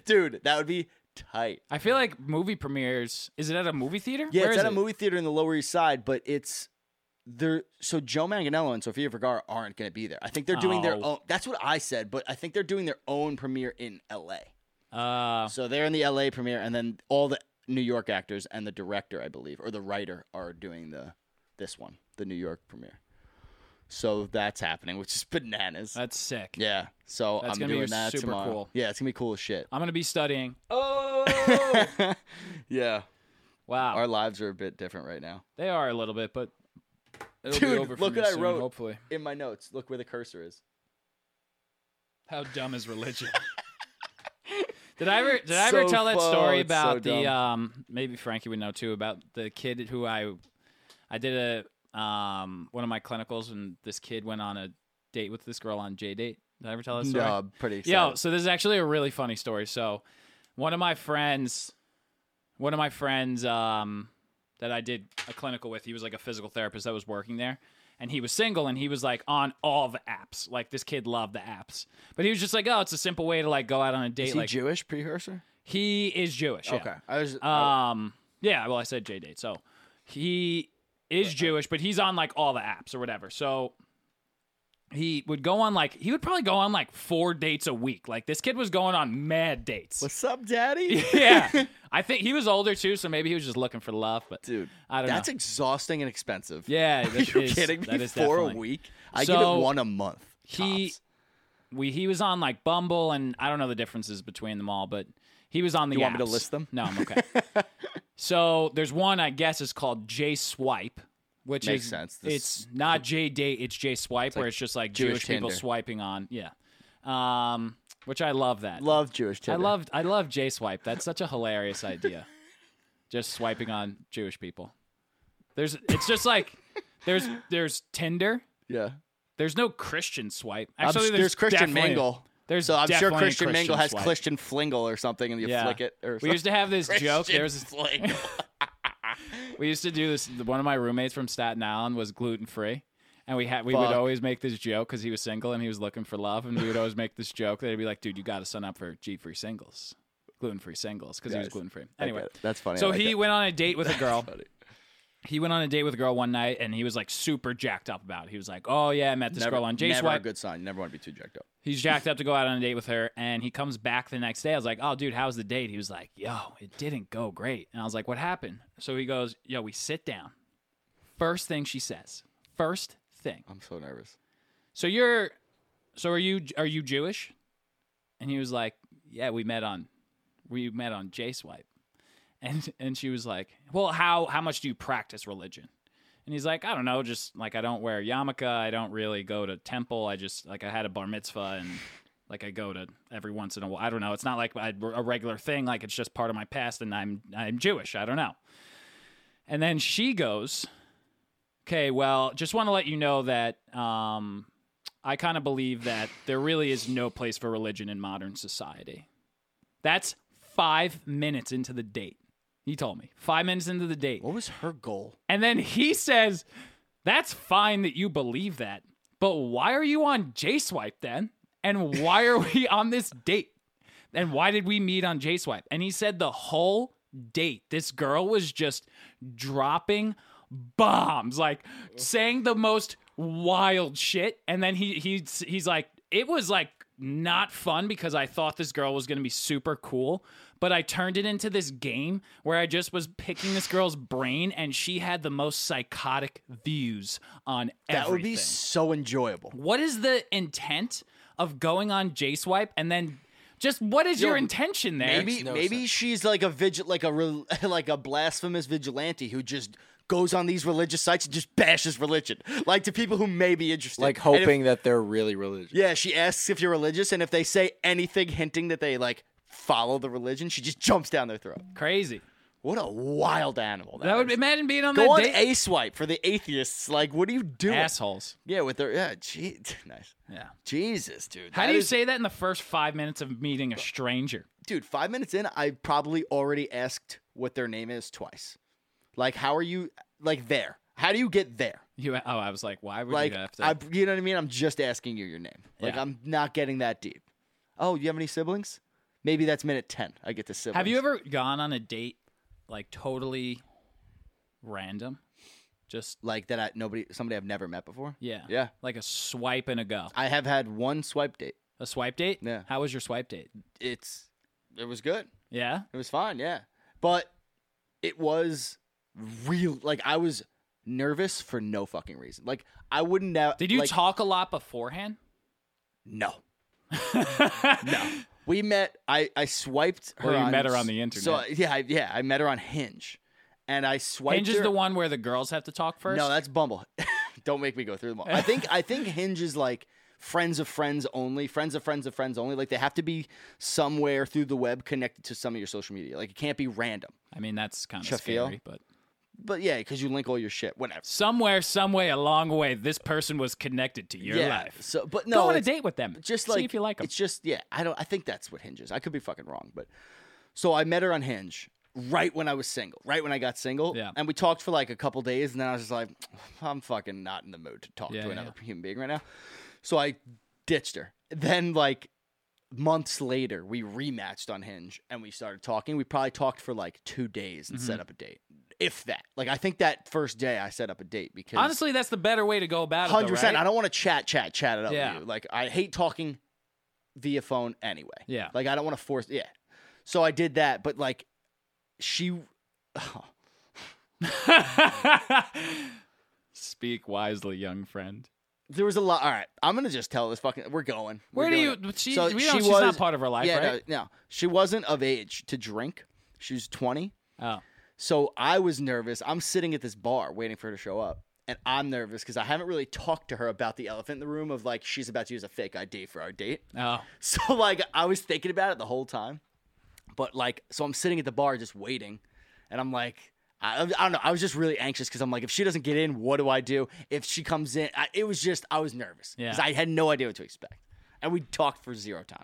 dude. That would be tight.
I feel like movie premieres. Is it at a movie theater?
Yeah,
Where
it's
is
at a
it?
movie theater in the Lower East Side, but it's they're so Joe Manganello and Sofia Vergara aren't going to be there. I think they're doing their
Oh.
own. That's what I said, but I think they're doing their own premiere in L.A.
Uh,
So they're in the L.A. premiere, and then all the New York actors and the director, I believe, or the writer, are doing the this one, the New York premiere. So that's happening, which is *laughs* bananas.
that's sick.
yeah. So
That's
I'm
gonna be
doing that
super
tomorrow.
cool.
Yeah, it's gonna be cool as shit.
I'm gonna be studying. Oh.
*laughs* yeah,
Wow.
our lives are a bit different right now.
they are a little bit, but it'll
Dude,
be over. for
look
me
what I
soon,
wrote.
Hopefully.
In my notes, look where the cursor is.
How dumb is religion? *laughs* did I ever did I ever
So
tell that
fo-
story
it's so
about the
dumb.
um maybe Frankie would know too about the kid who I I did a um one of my clinicals and this kid went on a date with this girl on J date. Did I ever tell that story?
No, I'm pretty excited.
Yo, so this is actually a really funny story. So one of my friends, one of my friends um, that I did a clinical with, he was like a physical therapist that was working there. And he was single and he was like on all the apps. Like this kid loved the apps. But he was just like, oh, it's a simple way to like go out on a date.
Is he
like
Jewish precursor?
he is Jewish. yeah.
Okay. I was
Um, yeah, well, I said J date. So he is Jewish, but he's on like all the apps or whatever. So he would go on like he would probably go on like four dates a week. Like this kid was going on mad dates. *laughs*
What's up, Daddy? *laughs*
yeah, I think he was older too, so maybe he was just looking for love. But
Dude,
I don't
that's
know.
exhausting and expensive.
yeah,
*laughs* Are
that
you
is-
kidding
that
me?
is
For a
definitely-
week? I give
So,
it one a month.
he-
tops.
we he was on like Bumble and I don't know the differences between them all, but he was on the.
You want me to
apps.
list them?
No, I'm
*laughs*
okay. so there's one I guess is called J Swipe, which
Makes
is
sense. This-
it's not J Date, it's J Swipe, where it's just like Jewish,
Jewish
people
Tinder.
swiping on. Yeah, um, which I love that.
Love Jewish
I
Tinder.
loved I love J Swipe. That's such a hilarious
*laughs*
idea. just swiping on Jewish people. There's it's just like there's there's Tinder.
Yeah.
There's no Christian swipe.
I'm
Actually,
s- there's, Christian
definitely-
Mingle.
There's
so I'm sure
definitely a
Christian, Mingle has
swipe.
Christian Flingle or something, and you
Yeah.
flick it or
We
something.
used to
*laughs*
have this joke. There was
Flingle.
*laughs* we used to do this. One of my roommates from Staten Island was gluten free, and we had we would
Fuck.
always make this joke because he was single and he was looking for love, and we would always make this joke. They'd be like, "Dude, you got to sign up for G free singles, gluten free singles," because he was
Nice.
gluten free. Anyway,
that's funny. I
So
like
he
it.
went on a date
*laughs*
with a girl. He went on a date with a girl one night, and he was like super jacked up about. it. He was like, "Oh yeah, I met this
never,
girl on J
never a
Swipe.
good sign. You never want to be too jacked up.
He's jacked up to go out on a date with her, and he comes back the next day. I was like, "Oh, dude, how's the date?" He was like, "Yo, it didn't go great." And I was like, "What happened?" So he goes, "Yo, we sit down." First thing she says, first thing.
I'm so nervous.
So you're, so are you? Are you Jewish? And he was like, Yeah, we met on, we met on J Swipe, and and she was like, Well, how how much do you practice religion? And he's like, I don't know, just like I don't wear yarmulke, I don't really go to temple, I just like I had a bar mitzvah and like I go to every once in a while. I don't know, it's not like I, a regular thing, like it's just part of my past, and I'm I'm Jewish. I don't know. And then she goes, Okay, well, just want to let you know that um, I kind of believe that there really is no place for religion in modern society. That's five minutes into the date. He told me five minutes into the date.
What was her goal?
And then he says, That's fine that you believe that, but why are you on J Swipe then? And why are we on this date? And why did we meet on J Swipe? And he said the whole date, this girl was just dropping bombs, like saying the most wild shit. And then he he's he's like, it was like not fun because I thought this girl was gonna be super cool, but I turned it into this game where I just was picking this girl's brain and she had the most psychotic views on
That
everything
would be so enjoyable.
what is the intent of going on J Swipe and then just what is your intention there?
Maybe maybe she's like a vigil, like a rel- *laughs* like a blasphemous vigilante who just goes on these religious sites and just bashes religion, like to people who may be interested.
Like
And if-
hoping that they're really religious.
yeah, she asks if you're religious, and if they say anything hinting that they like follow the religion, she just jumps down their throat.
crazy.
What a wild animal!
That would
is.
imagine being on
go
that
on
date.
a swipe for the atheists. Like, what are you doing?
Assholes.
Yeah, with their yeah, gee, *laughs* nice.
Yeah.
Jesus, dude.
How
that
do you
is-
say that in the first five minutes of meeting a stranger?
dude, five minutes in, I probably already asked what their name is twice. Like, how are you, like, there? How do you get there?
You oh, I was like, why would
Like,
you have to?
I, you know what I mean? I'm just asking you your name. Like,
Yeah.
I'm not getting that deep. Oh, you have any siblings? Maybe that's minute 10. I get to siblings.
have you ever gone on a date like totally random? Just
Like, that I, nobody, somebody I've never met before?
yeah,
Yeah.
like a swipe and a go.
I have had one swipe date.
A swipe date.
Yeah.
How was your swipe date?
It's, it was good.
Yeah.
It was fine, yeah. But it was real. Like, I was nervous for no fucking reason. Like, I wouldn't have.
Did you
like,
talk a lot beforehand? *laughs*
No. no. We met. I I swiped her.
Or you
on,
met her on the internet.
So yeah, I, yeah, I met her on Hinge, and I swiped.
Hinge is
her-
the one where the girls have to talk first.
No, that's Bumble. *laughs* Don't make me go through them all. I think I think Hinge is like friends of friends only, friends of friends of friends only. Like they have to be somewhere through the web connected to some of your social media. Like it can't be random.
I mean, that's kind of
Shafil?
scary, but
But yeah, because you link all your shit, whatever.
somewhere, some way along the way, this person was connected to your
yeah.
life.
So, but no,
Go on a
it's-
date with them.
just
See
like
if you like them.
It's just yeah. I don't. I think that's what Hinge is. I could be fucking wrong, but so I met her on Hinge right when I was single, right when I got single,
Yeah.
And we talked for like a couple days, and then I was just like, I'm fucking not in the mood to talk
Yeah,
to
yeah,
another human being right now. So I ditched her. Then like months later, we rematched on Hinge and we started talking. We probably talked for like two days
Mm-hmm.
and set up a date, if that. Like I think that first day I set up a date because
Honestly, that's the better way to go about it. though,
hundred percent.
right?
I don't want to chat, chat, chat it up
Yeah.
with you. Like I hate talking via phone anyway.
Yeah.
Like I don't want to force. Yeah. So I did that, but like she,
*laughs* Speak wisely, young friend.
there was a lot. All right, I'm gonna just tell this fucking. We're going. We're
Where do
doing
you?
it.
but She,
So
we
she
don't, she's
was-
not part of her life,
yeah,
right?
no, no, she wasn't of age to drink. She was 20.
Oh,
So I was nervous. I'm sitting at this bar waiting for her to show up. And I'm nervous because I haven't really talked to her about the elephant in the room of like she's about to use a fake ID for our date.
oh,
*laughs* So like I was thinking about it the whole time, but like so I'm sitting at the bar just waiting, and I'm like I, I don't know I was just really anxious because I'm like if she doesn't get in what do I do if she comes in I, it was just I was nervous because
Yeah.
I had no idea what to expect, and we talked for zero time.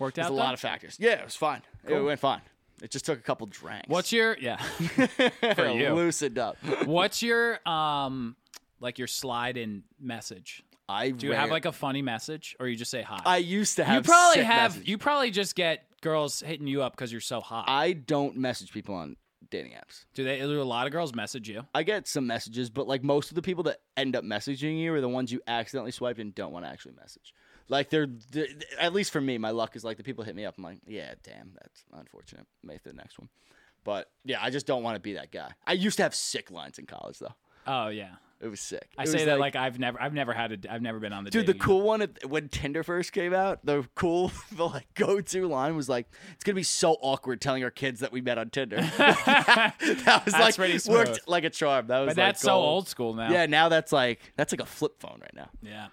worked
There's
out.
a
though?
lot of *laughs* factors. Yeah, it was fine. It went fine. It just took a couple drinks.
What's your yeah?
*laughs*
for you?
loosened up?
What's your um like your slide in message?
I
Do you have like a funny message, or you just say hi?
I used to have
you probably
sick
have.
messages.
You probably just get girls hitting you up because you're so hot.
I don't message people on dating apps.
Do they? Do a lot of girls message you?
I get some messages, but like most of the people that end up messaging you are the ones you accidentally swiped and don't want to actually message. Like they're, they at least for me, my luck is like the people hit me up. I'm like, yeah, damn, that's unfortunate. Make the next one, but yeah, I just don't want to be that guy. I used to have sick lines in college though.
Oh yeah,
It was sick.
I
It
say
was
that like I've never, I've never had a, I've never been on the
Dude, the
dating app.
cool one at, when Tinder first came out, the cool, *laughs* the like go-to line was like, "It's gonna be so awkward telling our kids that we met
*laughs*
on Tinder." *laughs* that was
That's
like
pretty
worked
smooth.
like a charm. That was
But
like,
that's so
gold.
old school now.
Yeah, now that's like that's like a flip phone right now.
yeah.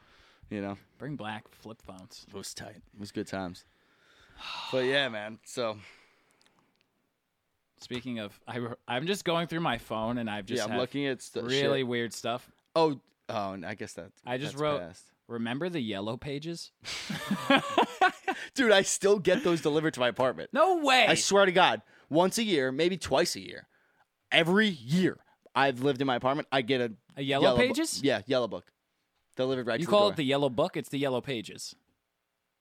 You know,
Bring black flip phones.
it was tight. It was good times. But yeah, man. So
Speaking of, I, I'm just going through my phone and I've *sighs* just
yeah, I'm
had
looking at st-
really
shit.
weird stuff.
Oh, oh, and I guess that
I just
that's
wrote-
past.
Remember the yellow
*laughs*
pages? *laughs*
Dude, I still get those delivered to my apartment.
No way.
I swear to God, once a year, maybe twice a year, every year I've lived in my apartment, I get a,
A yellow
book-
pages?
yeah, yellow book delivered right.
you
to
call
the
it the yellow book? It's the yellow pages.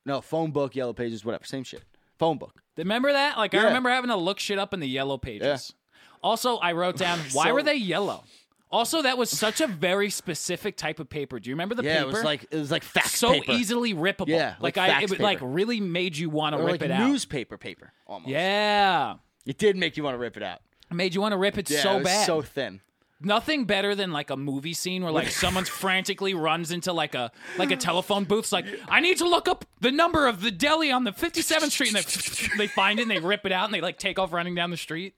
door. no phone book, yellow pages, whatever, same shit. Phone book.
Remember that? Like I
Yeah.
remember having to look shit up in the yellow pages. Also, I wrote down
*laughs*
why were
So-
they yellow? Also, that was such a very specific type of paper. Do you remember the
yeah,
paper?
it was like it was like fax
so
paper.
easily rippable.
Yeah,
like,
like
I,
fax
it would,
paper.
like really made you want to
or
rip
like
it out.
newspaper paper almost.
Yeah,
it did make you want to rip it out.
It made you want to rip it
Yeah, it
so
was
bad.
so thin.
Nothing better than like a movie scene where like
*laughs*
someone's frantically runs into like a like a telephone booth. It's like I need to look up the number of the deli on the
*laughs*
57th street, and they, they find it and they rip it out and they like take off running down the street.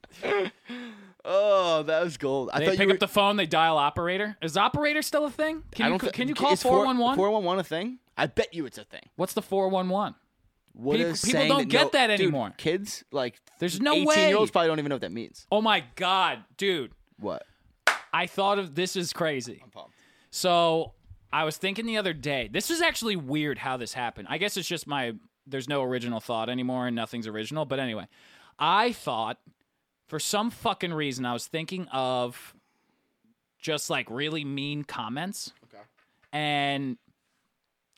Oh, that was gold. I
They
thought
pick
you were,
up the phone, they dial operator. Is operator still a thing? Can
I
you
don't thi-
can you call
is four-
411?
411 a thing? I bet you it's a thing.
What's the 411?
What
People-
is
people
saying
don't
that
get
no-
that
dude,
anymore.
kids like
There's no
18
way.
year olds probably don't even know what that means.
Oh my god, dude.
What?
I thought of this is crazy.
pumped.
So I was thinking the other day. This is actually weird how this happened. I guess it's just my there's no original thought anymore and nothing's original. But anyway, I thought for some fucking reason I was thinking of just like really mean comments. Okay. And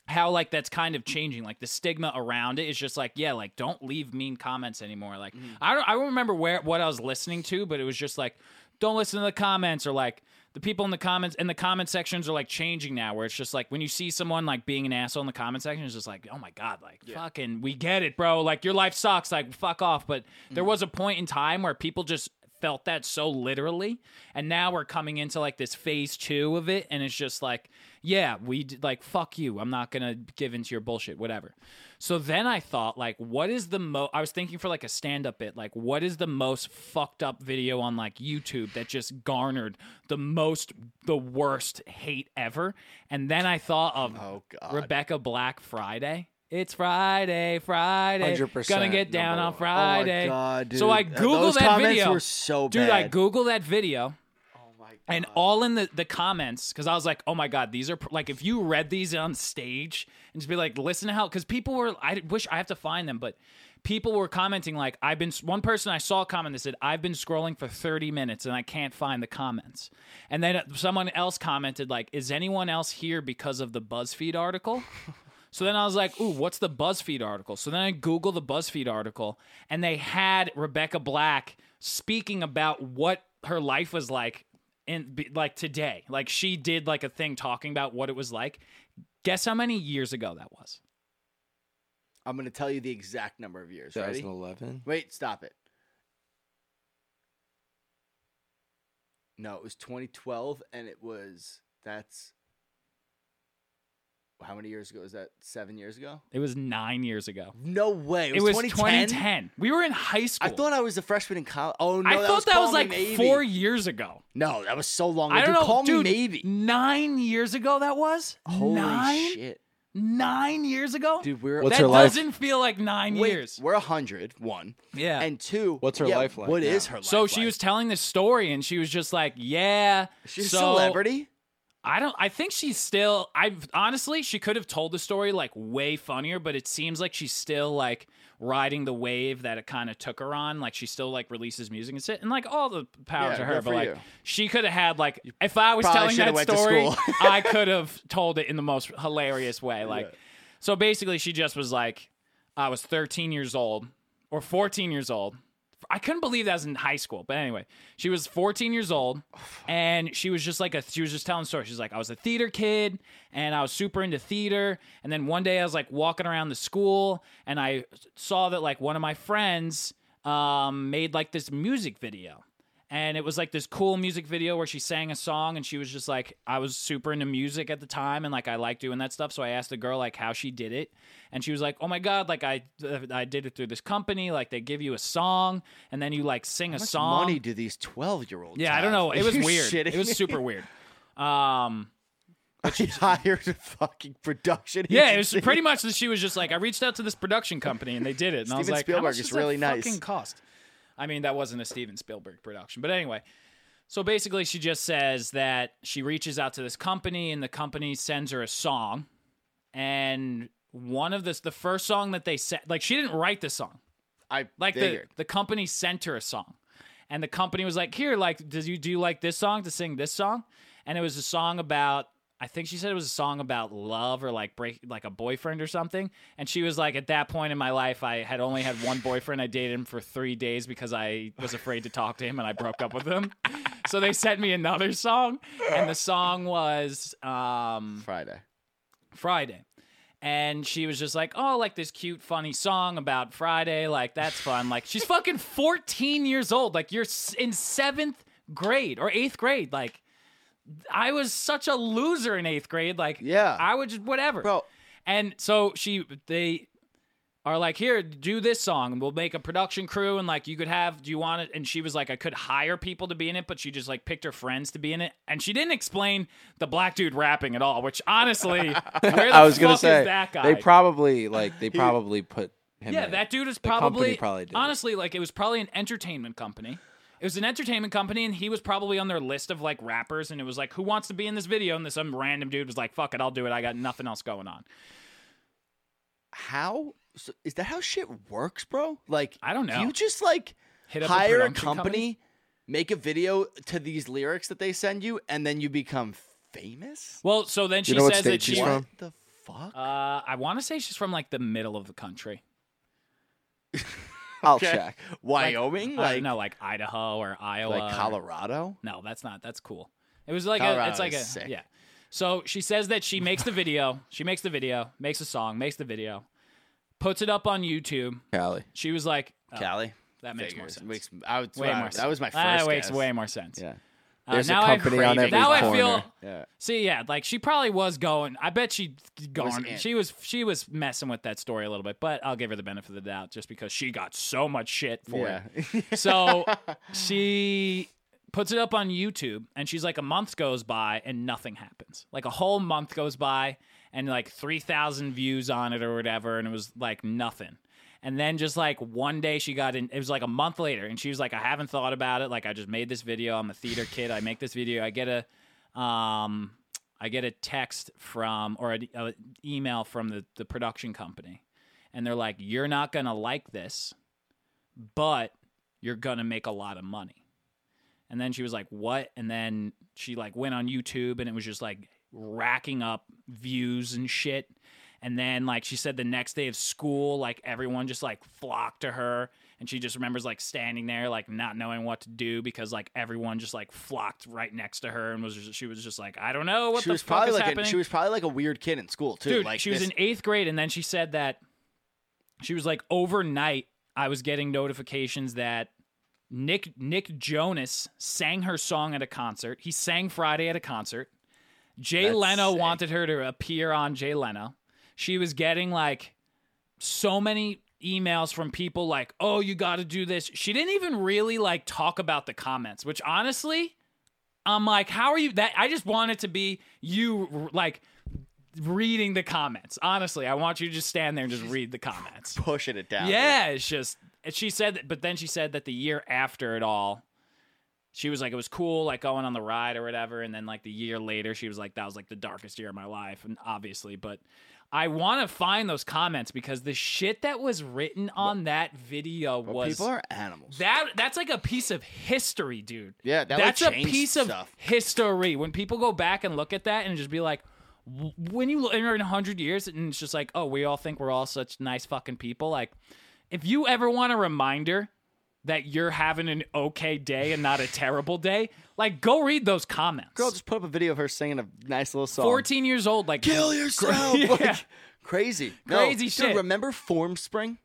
how like that's kind of changing like the stigma around it is just like yeah like don't leave mean comments anymore like i don't i don't remember where what i was listening to but it was just like don't listen to the comments or like the people in the comments and the comment sections are like changing now where it's just like when you see someone like being an asshole in the comment section it's just like oh my god like fucking we get it bro like your life sucks like fuck off but there was a point in time where people just felt that so literally and now we're coming into like this phase two of it and it's just like yeah we d- like fuck you i'm not gonna give into your bullshit whatever so then i thought like what is the mo i was thinking for like a stand-up bit like what is the most fucked up video on like youtube that just garnered the most the worst hate ever and then i thought of
Oh god.
rebecca black friday it's Friday, Friday.
100%
Gonna get down
number
on
one.
Friday.
Oh my god, dude.
So I
Uh,
Google
Those
that
comments
video.
Were so
Dude, I
bad.
Google that video. And all in the, the comments, because I was like, oh my God, these are pr- like, if you read these on stage and just be like, listen to how, because people were, I wish I have to find them, but people were commenting, like, I've been, one person I saw comment that said, I've been scrolling for 30 minutes and I can't find the comments. And then uh, someone else commented, like, is anyone else here because of the BuzzFeed article? So then I was like, ooh, what's the BuzzFeed article? So then I Google the BuzzFeed article, and they had Rebecca Black speaking about what her life was like in be- like today. Like she did like a thing talking about what it was like. Guess how many years ago that was?
I'm gonna tell you the exact number of years. Ready?
2011.
Wait, stop it. No, it was 2012, and it was that's how many years ago is that? Seven years ago?
It was nine years ago.
No way.
It was 2010. We were in high school.
I thought I was a freshman in college. Oh no,
I thought that was
Call Me
like
Maybe.
four years ago.
No, that was so long. ago.
I don't
Dude,
know,
Call
dude.
me maybe.
Nine years ago that was.
Holy
nine,
shit,
nine years ago.
dude. We're
What's
that
her life-
doesn't feel like nine
wait,
years.
We're a hundred one.
Yeah.
and two.
What's her
yeah,
life like
What
now?
is her life?
so she
like?
was telling this story and she was just like, yeah.
She's
so
a celebrity.
I don't I think she's still I honestly she could have told the story like way funnier, but it seems like she's still like riding the wave that it kind of took her on. Like she still like releases music and shit and like all the power
Yeah,
to her,
good
but
for
like
you.
she could have had like if I was
probably
telling
shoulda
that
went to
story,
school.
*laughs* I could have told it in the most hilarious way. Like so basically she just was like I was 13 years old or 14 years old. I couldn't believe that was in high school. But anyway, she was 14 years old and she was just like a she was just telling stories. She's like, I was a theater kid and I was super into theater. And then one day I was like walking around the school and I saw that like one of my friends um, made like this music video and it was like this cool music video where she sang a song and she was just like i was super into music at the time and like i liked doing that stuff so i asked the girl like how she did it and she was like oh my god like i i did it through this company like they give you a song and then you like sing a
How much
song
money do these 12 year olds
yeah i don't know it
*laughs*
was weird it was super weird um
she hired a fucking production
yeah, it was
agency.
pretty much that she was just like, I reached out to this production company and they did it, and I was
Steven
like,
Spielberg
how much
is
does
really
that
nice.
Fucking cost. I mean, that wasn't a Steven Spielberg production, but anyway. So basically, she just says that she reaches out to this company, and the company sends her a song, and one of this, the first song that they sent, like she didn't write the song,
I
like the,
figured.
the company sent her a song, and the company was like, "Here, like, does you do you like this song to sing this song?" And it was a song about, I think she said it was a song about love or like break, like a boyfriend or something. And she was like, "At that point in my life, I had only had one boyfriend. I dated him for three days because I was afraid to talk to him, and I broke up with him." So they sent me another song, and the song was. um
Friday.
Friday. And she was just like, oh, like this cute, funny song about Friday. Like, that's fun. Like, she's fucking 14 years old. Like, you're s- in seventh grade or eighth grade. Like, I was such a loser in eighth grade. Like,
Yeah.
I would just, whatever.
Bro.
And so she, they are like, here, do this song. and We'll make a production crew. And like, you could have, do you want it? And she was like, I could hire people to be in it, but she just like picked her friends to be in it. And she didn't explain the black dude rapping at all, which
*laughs*
honestly, where the
I was
fuck
gonna
is
say
that guy?
they probably like *laughs* they probably put him.
yeah,
in.
that dude is
The company
probably,
probably did.
honestly, like, it was probably an entertainment company. It was an entertainment company, and he was probably on their list of like rappers. And it was like, who wants to be in this video? And then some random dude was like, fuck it, I'll do it. I got nothing else going on.
How so is that how shit works, bro? Like
I don't know.
You just like
Hit up a
hire a
production company?
company, make a video to these lyrics that they send you, and then you become famous.
Well, so then she
know what
says that
state
she
she's from?
What the *laughs* fuck?
Uh, I want to say she's from like the middle of the country.
I'll
Okay.
check.
Wyoming,
Like,
like
Uh, no, like Idaho or Iowa.
like
or-
Colorado.
No, that's not. That's cool. It was like a,
Colorado
it's like a
is sick.
yeah. So she says that she makes the video. *laughs* She makes the video. Makes a song. Makes the video. Puts it up on YouTube.
Cali.
She was like, oh,
Cali.
that makes more
Figures.
sense.
Makes- I would-
way
I-
more.
That was my
sense.
first.
That makes
guess.
way more sense.
Yeah.
Uh,
There's a
now I
company on
crave it.
every
Now I feel.
corner.
Yeah.
See, yeah, like she probably was going. I bet she gone.
in.
she was she was messing with that story a little bit, but I'll give her the benefit of the doubt just because she got so much shit for
Yeah.
*laughs*
it. So she puts it up on YouTube, and she's like, a month goes by and nothing happens. Like a whole month goes by, and like three thousand views on it or whatever, and it was like nothing. And then just like one day she got in, it was like a month later, and she was like, I haven't thought about it. Like I just made this video. I'm a theater kid. I make this video. I get a um, I get a text from or an a email from the, the production company, and they're like, "You're not gonna like this, but you're gonna make a lot of money." And then she was like, "What?" And then she like went on YouTube, and it was just like racking up views and shit. And then like she said, the next day of school, like everyone just like flocked to her. And she just remembers like standing there, like not knowing what to do because like everyone just like flocked right next to her and was just, she was just like, I don't know what
she
the
was
fuck
probably
is
like a,
happening.
she was probably like a weird kid in school too.
Dude,
like
she was
this-
in eighth grade, and then she said that she was like overnight. I was getting notifications that Nick Nick Jonas sang her song at a concert. He sang Friday at a concert. Jay
That's
Leno
sick.
wanted her to appear on Jay Leno. She was getting like so many emails from people like, "Oh, you got to do this." She didn't even really like talk about the comments, which honestly, I'm like, "How are you?" That I just want it to be you like reading the comments. Honestly, I want you to just stand there and just read the comments.
pushing it down.
Yeah, it's just and she said that, but then she said that the year after it all, she was like it was cool, like going on the ride or whatever, and then like the year later, she was like that was like the darkest year of my life, and obviously, but I want to find those comments because the shit that was written on that video was
people are animals.
that that's like a piece of history, dude.
Yeah, that would
that's a
change
piece of
stuff.
history. When people go back and look at that and just be like, w- when you look in a hundred years and it's just like, oh, we all think we're all such nice fucking people. Like, if you ever want a reminder that you're having an okay day and not a terrible day, like go read those comments.
Girl just put up a video of her singing a nice little song.
14 years old, like
Kill yourself.
*laughs* Yeah.
Like, crazy. No,
Crazy
dude,
shit.
remember Form Spring? Do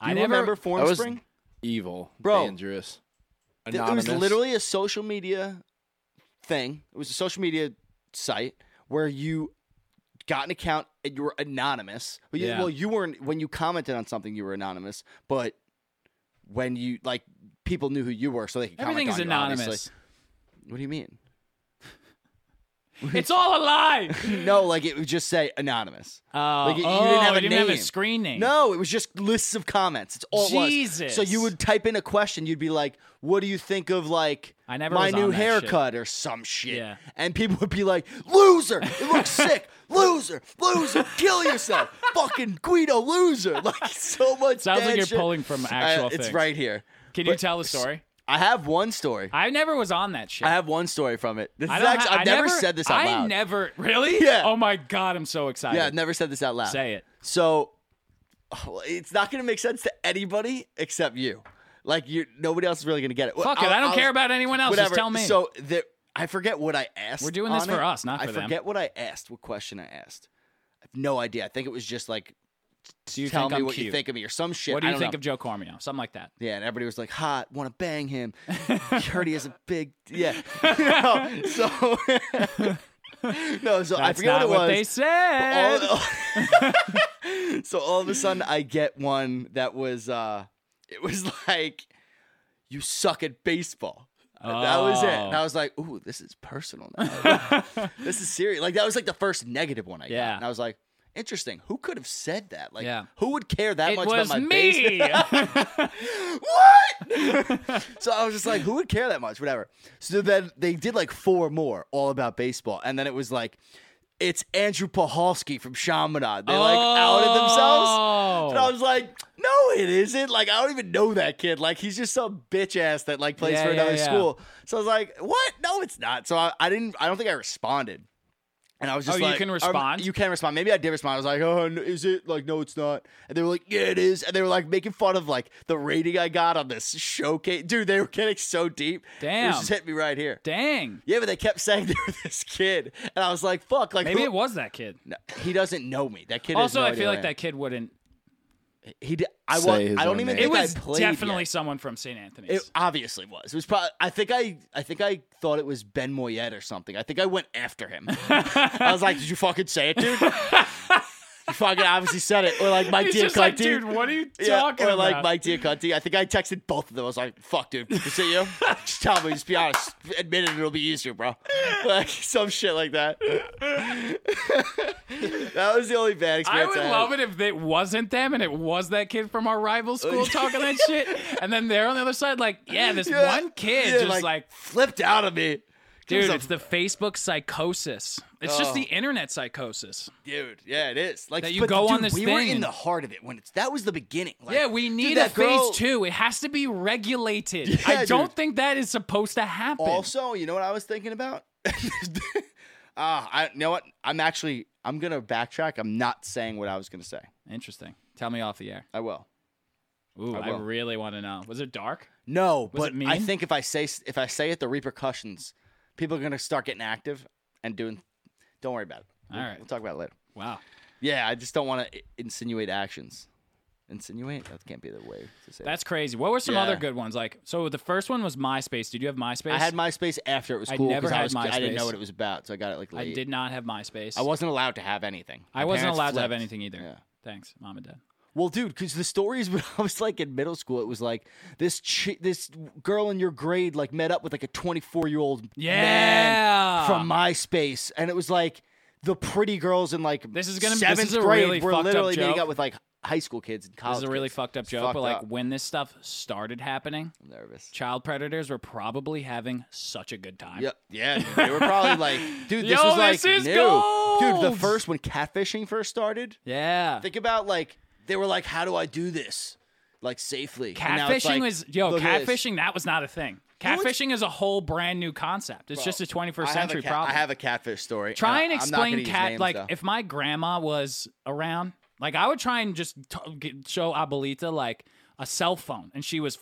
I
you
never
remember
That
Form
was-
Spring?
Evil,
Bro.
dangerous.
Th-
anonymous.
It was literally a social media thing. It was a social media site where you got an account and you were anonymous. Well, you,
Yeah.
well, you weren't when you commented on something. You were anonymous, but when you like people knew who you were, so they could
Everything is
comment on you, obviously.
anonymous.
What do you mean?
*laughs* it's all a lie.
No, *laughs* like it would just say anonymous.
Oh,
Like, you- you
oh,
didn't have a
it didn't have
name.
a screen name.
No, it was just lists of comments. It's all It was.
Jesus.
So you would type in a question. You'd be like, "What do you think of like
I never
my
was
new
on that shit.
haircut or some shit?"
Yeah.
And people would be like, "Loser! It
*laughs*
looks sick. Loser! Loser! Kill yourself! Fucking Guido! Loser!" *laughs* Like so much.
Sounds
bad
like you're
shit.
pulling from
I-
actual
it's
things.
right here.
Can you tell the story?
I have one story.
I never was on that shit.
I have one story from it. This
I
is
don't
actually,
ha-
I've
I
never, said this out
I
loud.
never really.
Yeah.
Oh my god, I'm so excited.
yeah, I've never said this out loud.
Say it.
So *sighs* oh, it's not going to make sense to anybody except you. Like you, nobody else is really going to get it.
Fuck it. I don't care about anyone else.
Whatever.
Just tell me.
So the, I forget what I asked.
We're doing this
on
for
it.
us, not
I
for them.
forget what I asked. What question I asked? I have no idea. I think it was just like
Do you
tell
think
me
I'm
what you
cute?
think of me or some shit.
What do
I
you
don't
think
know.
of Joe Cormio? Something like that.
Yeah, and everybody was like, "Hot, want to
*laughs*
bang him." I heard he has a big yeah. *laughs* No, so *laughs* no, so I
That's
forget
not
what it was.
they said.
*laughs* All- *laughs* so all of a sudden I get one that was uh it was *laughs* like you suck at baseball. That was it. And I was like, ooh, this is personal
*laughs*
now. this is serious. Like that was like the first negative one I got.
Yeah.
And I was like, interesting. Who could have said that? Like
Yeah.
who would care that
it
much
was
about my
me.
baseball? *laughs* what? *laughs* so I was just like, who would care that much? Whatever. So then they did like four more all about baseball. And then it was like, it's Andrew Pahalski from Chaminade. They like outed themselves.
Oh.
And I was like, no, it isn't. Like, I don't even know that kid. Like, he's just some bitch ass that like plays
Yeah,
for
yeah,
another
yeah.
school. So I was like, what? No, it's not. So I, I didn't, I don't think I responded. And I was just
Oh, you
like,
can
um,
respond?
you can respond. Maybe I did respond. I was like, oh, n- is it? Like, no, it's not. And they were like, yeah, it is. And they were like making fun of like the rating I got on this showcase. Dude, they were getting so deep. It
Damn.
was just hit me right here.
*laughs* Dang.
Yeah, but they kept saying *laughs* they were this kid, and I was like, "Fuck!" Like,
Maybe
who-
it was that kid.
No, he doesn't know me. That kid. has
Also,
no
I
idea
feel
who
like
am.
that kid wouldn't.
He. Did, I
Say
wa-
his
I don't
own
even.
name.
It
Think
was
I played
definitely
yet.
someone from St. Anthony's.
It obviously was. It was probably. I think I. I think I thought it was Ben Moyette or something. I think I went after
*laughs*
him. I was like, "Did you fucking say it, dude? you fucking obviously said it." Or like Mike
He's just
Diaconti.
like, dude, what are you
Yeah,
talking
or
about?
like Mike Diaconti. I think I texted both of them. I was like, "Fuck, dude, is it you? just tell me. Just be honest. Admit it. It'll be easier, bro." *laughs* Like some shit like that. *laughs* that was the only bad
I
experience.
would
had.
love it if it wasn't them and it was that kid from our rival
*laughs*
school talking that shit, and then they're on the other side like, yeah, this
Yeah,
one kid
yeah,
just like,
flipped out of me,
dude,
a- Oh.
it's the Facebook psychosis. It's just the internet psychosis.
dude. Yeah, it is. Like
That you
but
go on
dude,
this
we were
thing
in
and-
the heart of it when it's that was the beginning. Like,
yeah, we
dude,
need a
that
phase
girl-
two. It has to be regulated.
*laughs* Yeah,
I don't
dude.
think that is supposed to happen.
Also, you know what I was thinking about? *laughs* Ah, I you know what I'm actually. I'm gonna backtrack. I'm not saying what I was gonna say.
Interesting. Tell me off the air.
I will.
Ooh, I,
will.
really want to know. Was it dark?
No,
Was
but
it mean?
I think if I say if I say it, the repercussions, people are gonna start getting active and doing. Don't worry about it.
All
We'll-
right.
we'll talk about it later.
Wow.
Yeah, I just don't want to insinuate actions. Insinuate that can't be the way to say.
That's crazy. What were some
Yeah.
other good ones? Like, so the first one was MySpace. Did you have MySpace?
it. I had MySpace after it was
I
cool
never
'cause I
had
was I didn't
MySpace.
know what it was about, so I got it like
I
late.
did not have MySpace.
I wasn't allowed to have anything.
I
My
wasn't
parents
allowed to have
flipped.
anything either.
Yeah.
Thanks, mom and dad.
Well, dude, because the stories when *laughs* I was like in middle school, it was like this chi- this girl in your grade like met up with like a 24 year old man
Yeah.
from MySpace, and it was like the pretty girls in like
This is gonna- this
seventh
is a
grade
really
were
fucked up
literally making
joke.
out with like high school kids and college.
This is a really
kids.
fucked up joke,
fucked
but like
up.
when this stuff started happening,
I'm *laughs* nervous.
child predators were probably having such a good time.
Yeah, yeah, dude, they were probably like,
*laughs*
dude, this
Yo,
was like
this is
new. Dude, the
gold.
first when catfishing first started,
Yeah.
think about like they were like, how do I do this like safely? And now
Catfishing
it's like,
was yo,
look at this.
catfishing that was not a thing.
know what's-
Catfishing is a whole brand new concept. It's just a 21st
I have
century
a cat-
problem.
I have a catfish story.
try and
I- I'm not gonna
explain
use
cat
names,
like
though.
if my grandma was around like i would try and just t- get, show abuelita like a cell phone and she was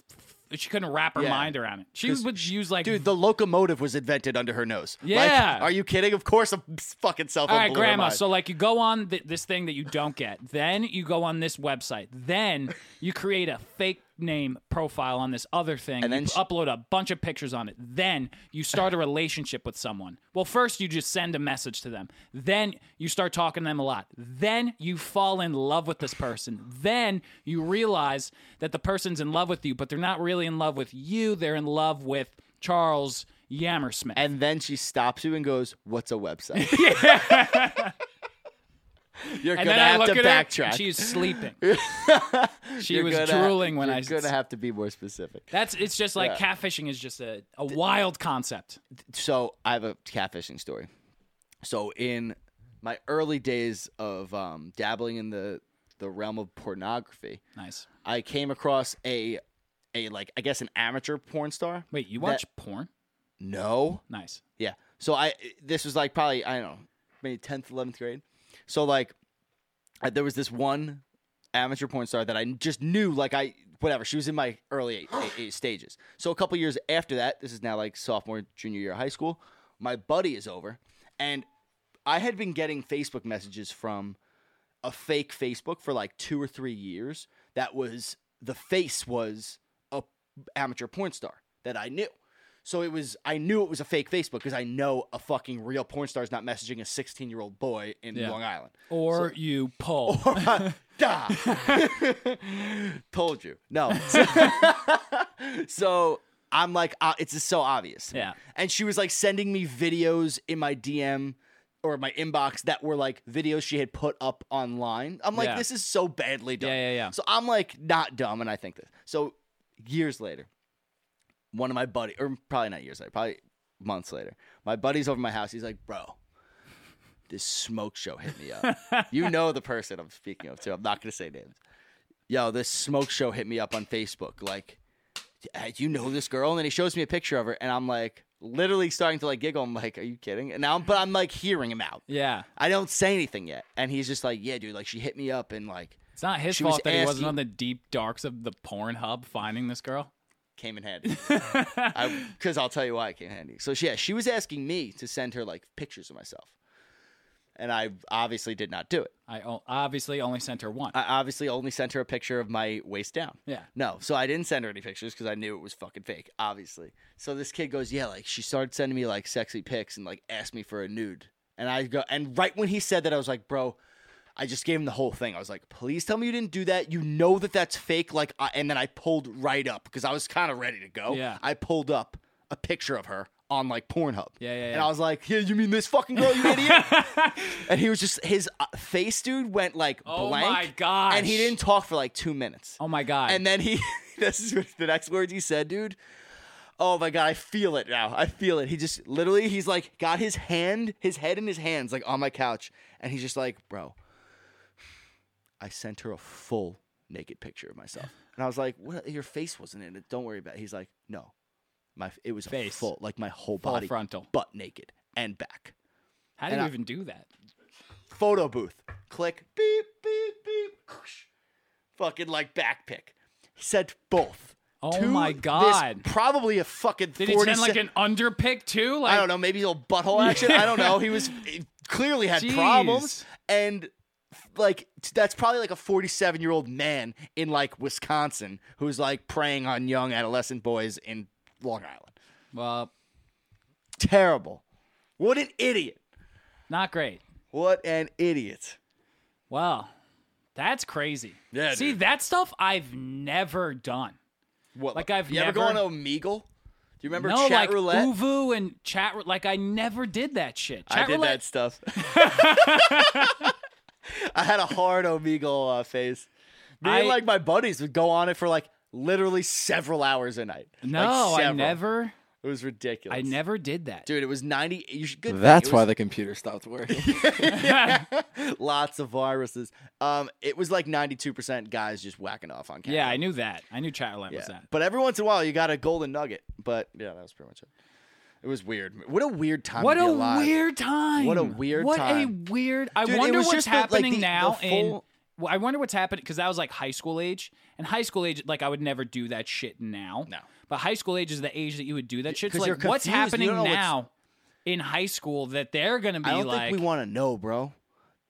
she couldn't wrap her
Yeah.
mind around it she would use like
Dude, the locomotive was invented under her nose. Like,
Yeah.
are you kidding? Of course, a fucking cell phone.
all right
blew her
grandma
mind.
so like you go on th- this thing that you don't get then you go on this website then you create a fake name profile on this other thing
And
and
then
then
sh-
upload a bunch of pictures on it then you start a relationship with someone well first you just send a message to them then you start talking to them a lot then you fall in love with this person then you realize that the person's in love with you but they're not really in love with you they're in love with charles yammersmith
And then she stops you and goes, "What's a
*laughs*
website?" You're
And then
gonna
I
have
look
to
at her.
backtrack.
and She's *laughs* sleeping. she
You're
was
gonna-
drooling when
you're
I.
You're gonna have to be more specific.
That's it's just like catfishing is just a, a wild concept.
So I have a catfishing story. So in my early days of um, dabbling in the the realm of pornography,
Nice.
I came across a a like I guess an amateur porn star.
Wait, you watch porn?
No,
Nice.
Yeah. So I this was like probably I don't know maybe tenth eleventh grade. So like I, there was this one amateur porn star that I just knew like I whatever she was in my early eight, eight, eight stages. So a couple years after that, this is now like sophomore junior year of high school. My buddy is over, and I had been getting Facebook messages from a fake Facebook for like two or three years. That was the face was a amateur porn star that I knew. So it was I knew it was a fake Facebook because I know a fucking real porn star is not messaging a 16 year old boy in
Yeah.
Long Island.
Or you *laughs* pull.
Duh. *laughs* Told you. No. *laughs* So, so I'm like, uh, it's just so obvious.
Yeah.
And she was like sending me videos in my DM or my inbox that were like videos she had put up online. I'm like,
Yeah.
this is so badly done.
Yeah, yeah, yeah.
So I'm like, not dumb. And I think this. So years later, one of my buddy, or probably not years later, probably months later, my buddy's over my house. He's like, bro, this smoke show hit
*laughs*
me up. you know the person I'm speaking of too. I'm not gonna say names. Yo, this smoke show hit me up on Facebook. Like, "Uh, you know this girl? And then he shows me a picture of her, and I'm like, literally starting to like giggle. I'm like, are you kidding? And now, but I'm like hearing him out.
yeah.
I don't say anything yet, and he's just like, yeah, dude. Like, she hit me up, and like
It's not his
She was
fault that he
asking-
wasn't on the deep darks of the porn hub finding this girl.
came in handy. Because I'll tell you why it came in handy. So she, yeah, she was asking me to send her like pictures of myself, and I obviously did not do it.
I o- obviously only sent her one.
I obviously only sent her a picture of my waist down.
Yeah.
No, so I didn't send her any pictures because I knew it was fucking fake, obviously. So this kid goes, Yeah, like she started sending me like sexy pics and like asked me for a nude. And I go, and right when he said that, I was like, Bro, I just gave him the whole thing. I was like, Please tell me you didn't do that. You know that that's fake. Like, I, and then I pulled right up because I was kind of ready to go.
Yeah.
I pulled up a picture of her on like Pornhub.
Yeah, yeah,
And
yeah.
I was like, Yeah, you mean this fucking girl,
*laughs*
you idiot? and he was just, his uh, face, dude, went like
Oh
blank.
my gosh.
And he didn't talk for like two minutes.
oh my god.
And then he, *laughs* this is what the next words he said, dude. Oh my god, I feel it now. I feel it. He just literally, he's like got his hand, his head in his hands, like on my couch, and he's just like, bro. I sent her a full naked picture of myself, and I was like, "What? Your face wasn't in it. Don't worry about it." He's like, "No, my it was
Face.
face full, like my whole
Full
body,
frontal.
butt naked and back."
How did
and
you
I-
even do that?
photo booth. Click, beep, beep, beep. whoosh. Fucking like backpick. He said both.
Oh
To
my
this-
God.
probably a fucking
Did
40
he send like
se-
an underpick too? Like
I don't know, maybe a little
*laughs*
butthole action. I don't know. He was he clearly had problems.
Jeez.
And like t- that's probably like a 47 year old man in like Wisconsin who's like preying on young adolescent boys in Long Island.
Well,
Terrible. What an idiot.
not great.
What an idiot.
Wow. That's crazy.
Yeah,
See,
dude.
that stuff I've never done.
What
Like, I've
you ever
never-
gone to Omegle? Do you remember
no,
chat
like
roulette?
Uvu and chat. rou- Like I never did that shit. Chat
I did
roulette. *laughs*
that stuff. I had a hard Omegle uh, phase. Me and
I-
like my buddies would go on it for like literally several hours a night. Like,
No, I
several.
never.
It was ridiculous.
I never did that.
Dude, it was ninety. You should, good.
That's
thing.
why
it
the computer *laughs* stopped working.
was *laughs* lots of viruses. Um, it was like ninety-two percent guys just whacking off on camera.
Yeah, I knew that. I knew chat roulette was
Yeah.
that.
But every once in a while, you got a golden nugget. But yeah, that was pretty much it. It was weird. What a weird time.
What
to be
a
alive.
weird time.
What a weird
what
time.
a weird. I
Dude, it
wonder
was
what's
just the- like,
happening
the- the
now in.
full-
Well, I wonder what's happening because that was like high school age, and high school age like I would never do that shit now.
No.
but high school age is the age that you would do that shit. So
'cause
like,
you're
what's
confused, you
happening
don't know what's-
now in high school that they're gonna be
I don't
like?
think we want to know, bro.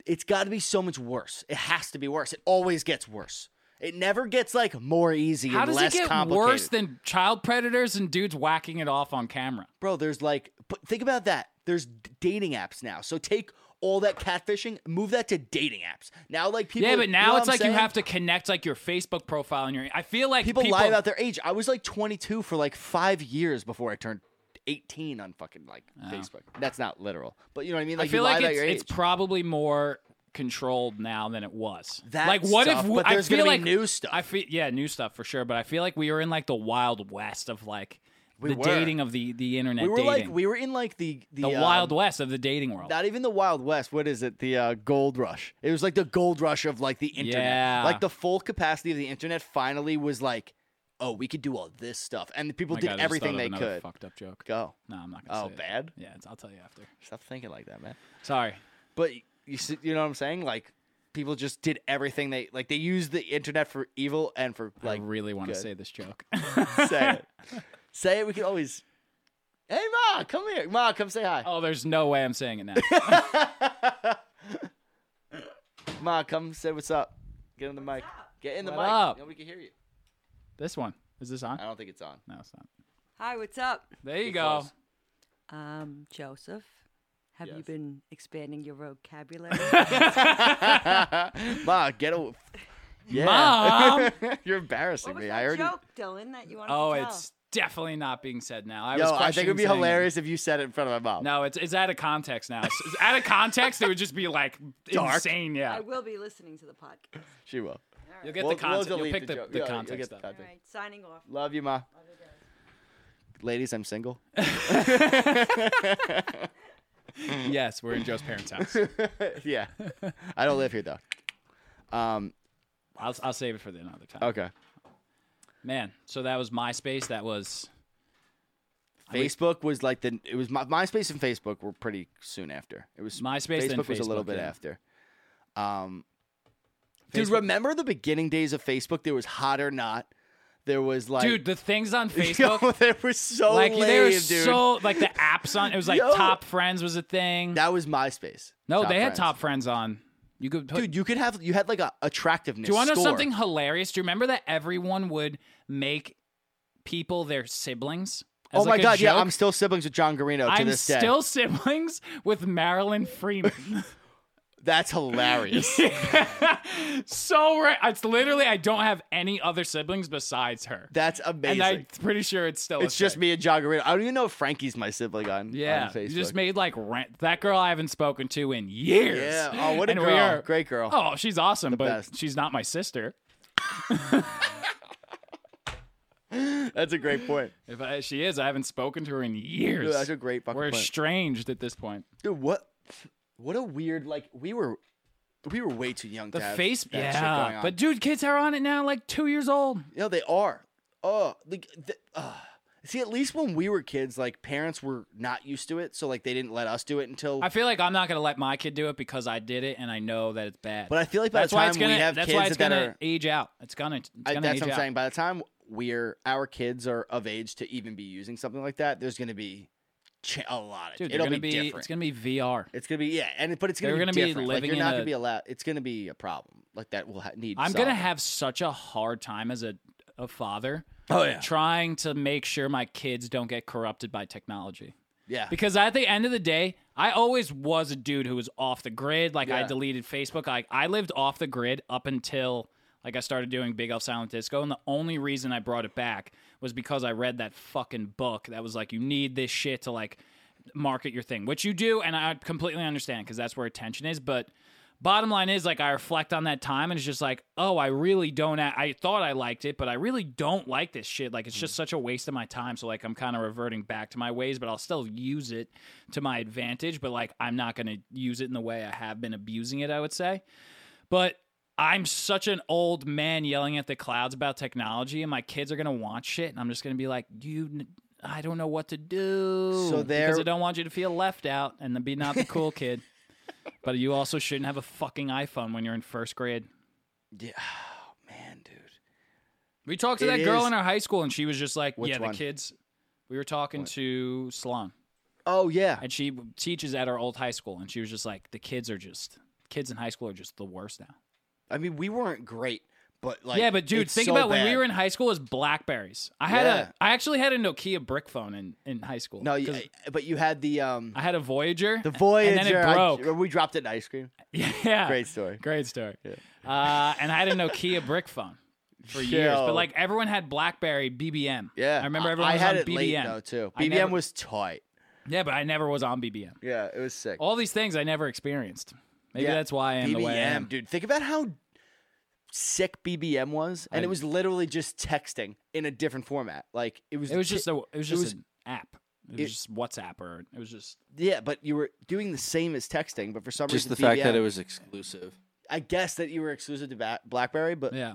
It's got to be so much worse. It has to be worse. It always gets worse. It never gets like more easy
How
and
does it
less
get
complicated.
worse than child predators and dudes whacking it off on camera?
Bro, there's like, but think about that. There's d- dating apps now. So take all that catfishing, move that to dating apps. Now, like people.
yeah, but
you
now
know what
it's
I'm
like
saying?
you have to connect like your Facebook profile and your. I feel like
People, lie about their age. I was like 22 for like five years before I turned 18 on fucking like Facebook. That's not literal, but you know what I mean. Like
Oh. I feel
you lie
like
about
it's,
your age.
it's probably more controlled now than it was.
That
like what
stuff,
if we,
but there's
I feel
gonna be
like
new stuff.
I feel yeah, new stuff for sure. But I feel like we were in like the wild west of like the
were.
dating of the the internet.
we were
dating.
like we were in like the the,
the
um,
wild west of the dating world.
Not even the Wild West. What is it? The uh, Gold Rush. It was like the Gold Rush of like the internet.
Yeah.
Like the full capacity of the internet finally was like, oh, we could do all this stuff, and the people
Oh my
did
God, I just
everything
thought
they
of another
could.
Fucked up joke.
Go.
No, I'm not gonna.
Oh,
say it.
bad.
Yeah, it's, I'll tell you after.
Stop thinking like that, man.
Sorry.
But you see, you know what I'm saying? Like people just did everything they like. They used the internet for evil and for like.
I really want to
good.
say this joke. *laughs*
say it. Say it. We can always. Hey, ma, come here, ma, come say hi.
oh, there's no way I'm saying
*laughs*
it now.
Ma, come say what's up. Get in the mic. Get in the
What
mic.
up?
Nobody can hear you.
this one is this on?
I don't think it's on.
No, it's not.
Hi, what's up?
There you go.
close.
Um, Joseph, have you
Yes.
been expanding
*laughs*
your vocabulary?
Ma, get away. Yeah.
Mom.
*laughs* You're embarrassing
what was
me.
that
I already.
joke, Dylan, that you wanted
Oh,
to tell?
it's definitely not being said now. I was
Yo, I think it would
questioning
be
saying it.
hilarious if you said it in front of my mom.
No, it's it's out of context now. It's- it's out of context, it would just be like
*laughs* Dark.
insane. Yeah,
I will be listening to the podcast.
She will.
you'll get
We'll-
the context.
we'll
you'll
delete
pick the,
joke.
the
Yeah, you'll
context
get the
up.
All
context.
right, signing off.
Love you, Ma. Ladies, I'm single. *laughs*
Yes, we're in Joe's
*laughs*
parents' house.
yeah. I don't live here, though. Um,
I'll I'll save it for the another time.
okay.
Man, so that was MySpace. That was
Facebook was like the it was my, MySpace and Facebook were pretty soon after. It was
MySpace
Facebook
then
was a little
Facebook,
bit
yeah.
after. Um, dude,
Facebook-
remember the beginning days of Facebook? There was hot or not. There was like
dude. The things on
*laughs* Yo,
Facebook,
they were so
like
lame,
they were
dude.
so like the apps on. It was like
Yo.
Top Friends was a thing.
that was MySpace.
no,
Top
they had
Friends.
Top Friends on. You could put,
Dude, you could have you had like a attractiveness.
Do you want to know
score.
something hilarious? Do you remember that everyone would make people their siblings? as,
Oh my
like, a
god, yeah,
joke?
*laughs* I'm still siblings with John Garino to
I'm
this day.
still siblings with Marilyn Freeman.
*laughs*
*laughs*
That's hilarious.
so right, it's literally I don't have any other siblings besides her,
That's amazing.
and I'm pretty sure it's still. a
it's just
thing.
me and John Garino. I don't even know if Frankie's my sibling on,
Yeah,
on Facebook.
you just made like rent that girl I haven't spoken to in years.
Yeah. Oh, what a
And we
girl.
are-
Great girl.
Oh, she's awesome, but
best.
she's not my sister. Oh.
That's a great point.
If I, she is, I haven't spoken to her in years.
Dude, that's a great fucking
We're
point.
estranged at this point.
Dude, what? What a weird like we were, we were way too young
The
to have
face,
that shit going
yeah.
on.
But dude, kids are on it now, like two years old.
no, they are. Oh, like the, uh. see, at least when we were kids, like parents were not used to it, so like they didn't let us do it until.
I feel like I'm not gonna let my kid do it because I did it and I know that it's bad.
but I feel like by
that's
the
why
time
it's gonna.
we have
that's
kids
why it's
that
gonna
are,
age out. It's gonna. It's
I,
gonna
that's
age
what I'm
out.
saying. By the time we're our kids are of age to even be using something like that, there's gonna be cha- a lot of
Dude, they're
it'll
gonna
be, different.
It's gonna be VR.
It's gonna be yeah, and but it's gonna
They're
be
gonna be
different. like,
living
you're
in
not
a-
gonna be allowed. It's gonna be a problem like that. Will ha- need.
I'm
solving.
gonna have such a hard time as a a father.
Oh, yeah.
Trying to make sure my kids don't get corrupted by technology.
yeah.
Because at the end of the day, I always was a dude who was off the grid. Like I
Yeah.
deleted Facebook. Like I lived off the grid up until like I started doing Big Elf Silent Disco, and the only reason I brought it back was because I read that fucking book that was like, you need this shit to like market your thing, which you do, and I completely understand because that's where attention is. But bottom line is like I reflect on that time, and it's just like, oh, I really don't. a- I thought I liked it, but I really don't like this shit. Like it's just such a waste of my time. So like I'm kind of reverting back to my ways, but I'll still use it to my advantage. But like I'm not gonna use it in the way I have been abusing it. I would say but I'm such an old man yelling at the clouds about technology, and my kids are gonna want shit, and I'm just gonna be like, you. n- I don't know what to do
So
because
there-
I don't want you to feel left out and to be not the cool
*laughs*
kid. But you also shouldn't have a fucking iPhone when you're in first grade.
Yeah. Oh, man, dude.
We talked to
It
that girl
is-
in our high school, and she was just like,
Which
"Yeah,
one?
the kids." We were talking to Salon,
Oh yeah.
and she teaches at our old high school, and she was just like, "The kids are just kids in high school are just the worst now."
I mean, we weren't great, But like,
yeah, but dude,
it's
think
so
about when we
bad.
were in high school is Blackberries. I had
Yeah.
a I actually had a Nokia brick phone in, in high school.
No,
'Cause
you, but you had the um
I had a Voyager.
the Voyager.
And then it
I-
broke. *laughs*
*laughs* we dropped it in ice cream.
yeah.
Great story.
Great story. Uh, and I had a Nokia brick phone for years,
Yo.
but like everyone had BlackBerry BBM.
Oh. Yeah,
I remember everyone
I
was
had
on
it
BBM
late though too.
I
BBM
never-
was tight.
Yeah, but I never was on BBM.
Yeah, it was sick.
All these things I never experienced. Maybe
Yeah.
that's why I am
BBM,
the way I am.
dude. Think about how sick BBM was, and
I-
it was literally just texting in a different format. Like it was.
It was
the
just
ti-
a it was just
was-
an app. It was
it-
just WhatsApp or it was just
yeah, but you were doing the same as texting, but for some
Just
reason,
the fact that
BBM
it was exclusive.
I guess that you were exclusive to Ba- BlackBerry, but
yeah.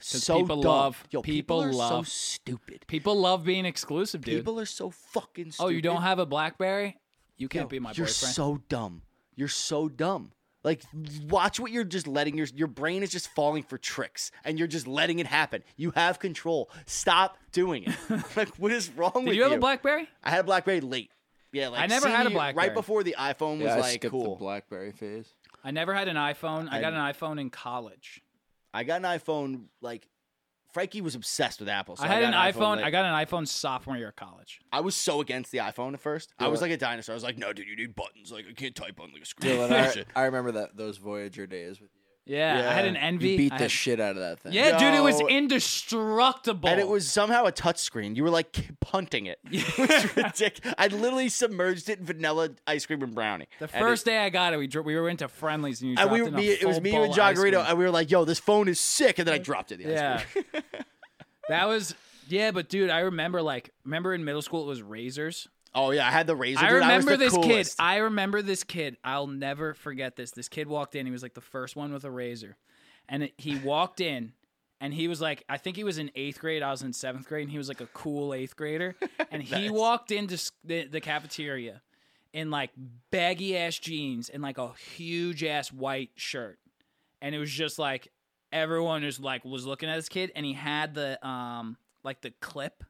so
people
dumb.
love-
Yo,
people
are so
love-
stupid.
People love being exclusive, dude.
People are so fucking. stupid.
oh, you don't have a BlackBerry? You
Yo,
can't be my
You're
boyfriend.
so dumb. You're so dumb. Like, watch what you're just letting your your brain is just falling for tricks, and you're just letting it happen. You have control. Stop doing
*laughs*
it. *laughs* like, what is wrong with
Did you have a BlackBerry?
I had a BlackBerry late. Yeah, like
I never had a
senior-
BlackBerry.
Right before the iPhone was
Yeah, I
like
skipped
cool.
the BlackBerry phase. *laughs*
I never had an iPhone. I got an iPhone in college.
I got an iPhone. Like, Frankie was obsessed with Apple. So
I had
got
an iPhone.
late.
I got an iPhone sophomore year of college.
I was so against the iPhone at first. I
Yeah.
was like a dinosaur. I was like, no, dude, you need buttons. Like, I can't type on like a screen.
Dylan,
and *laughs*
I, *laughs*
shit."
I remember that those Voyager days. With you.
Yeah, I had an
You
Envy.
beat
I
the
had-
shit out of that thing.
Yeah, dude, it was
Yo.
indestructible.
and it was somehow a touchscreen. You were like punting it. *laughs* It was ridiculous. I literally submerged it in vanilla ice cream and brownie.
the
And it-
first day I got it. We dro- we were into friendlies and you
And
dropped
we,
in a
me, it was
full
me
bowl
and
of
John
ice cream.
Garrido, and we were like, "Yo, this phone is sick," and then I dropped it. in The ice
Yeah,
cream. *laughs*
that was yeah. But dude, I remember like remember in middle school it was razors.
Oh yeah, I had the razor.
I
dude.
remember
I was the
this kid.
coolest.
I remember this kid. I'll never forget this. This kid walked in. He was like the first one with a razor, and it- he walked in, and he was like, I think he was in eighth grade. I was in seventh grade, and he was like a cool eighth
*laughs*
grader. And he walked into s- the, the cafeteria in like baggy ass jeans and like a huge ass white shirt, and it was just like everyone was like was looking at this kid, and he had the um like the clip.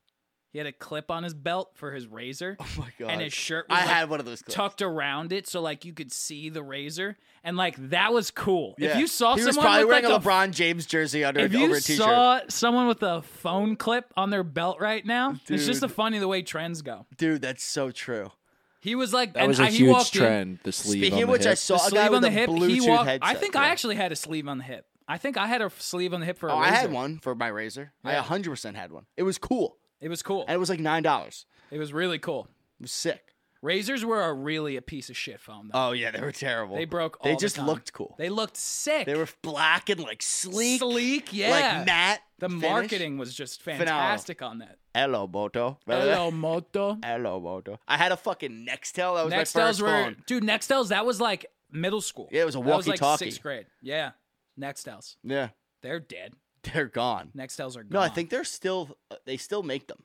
He had a clip on his belt for his razor
oh my god,
and his shirt was
I
like,
had one of those. Clips.
tucked around it so like you could see the razor and like that was cool if
Yeah.
you saw
he was
someone
probably
with
wearing
like
a LeBron James jersey under
if
an, over
you
a t-shirt.
saw someone with a phone clip on their belt right now it's just a funny the way trends go
Dude, that's so true.
he was like
that
and
was a
I- he
huge
walked in,
trend. The sleeve
Speaking
on
of
the
which, I
hip.
the
saw a
sleeve
guy
on
with
the
a
hip he
Bluetooth
walked
headset.
i think i
yeah.
actually had a sleeve on the hip i think i had a sleeve on the hip for a
Oh, I
razor.
had one for my razor. I 100% had one. It was cool.
it was cool
And it was like $9.
it was really cool
It was sick.
razors were a really a piece of shit phone though.
Oh, yeah, they were terrible.
they broke all
They
the
just
time.
looked cool. They,
they looked sick
were black and like sleek.
sleek yeah
Like matte.
The
finish.
marketing was just
Phenomenal.
fantastic on that.
Hello, Moto. Remember
Hello, Moto.
that? *laughs* Hello, Moto. I had a fucking Nextel. That was my
Nextels
first
were
phone.
dude. Nextels that was like middle school.
Yeah, it was a
That like
walkie-talkie.
sixth grade. Yeah, Nextels.
Yeah.
They're dead.
They're gone.
Nextels are gone.
No, I think they're still, uh, they still make them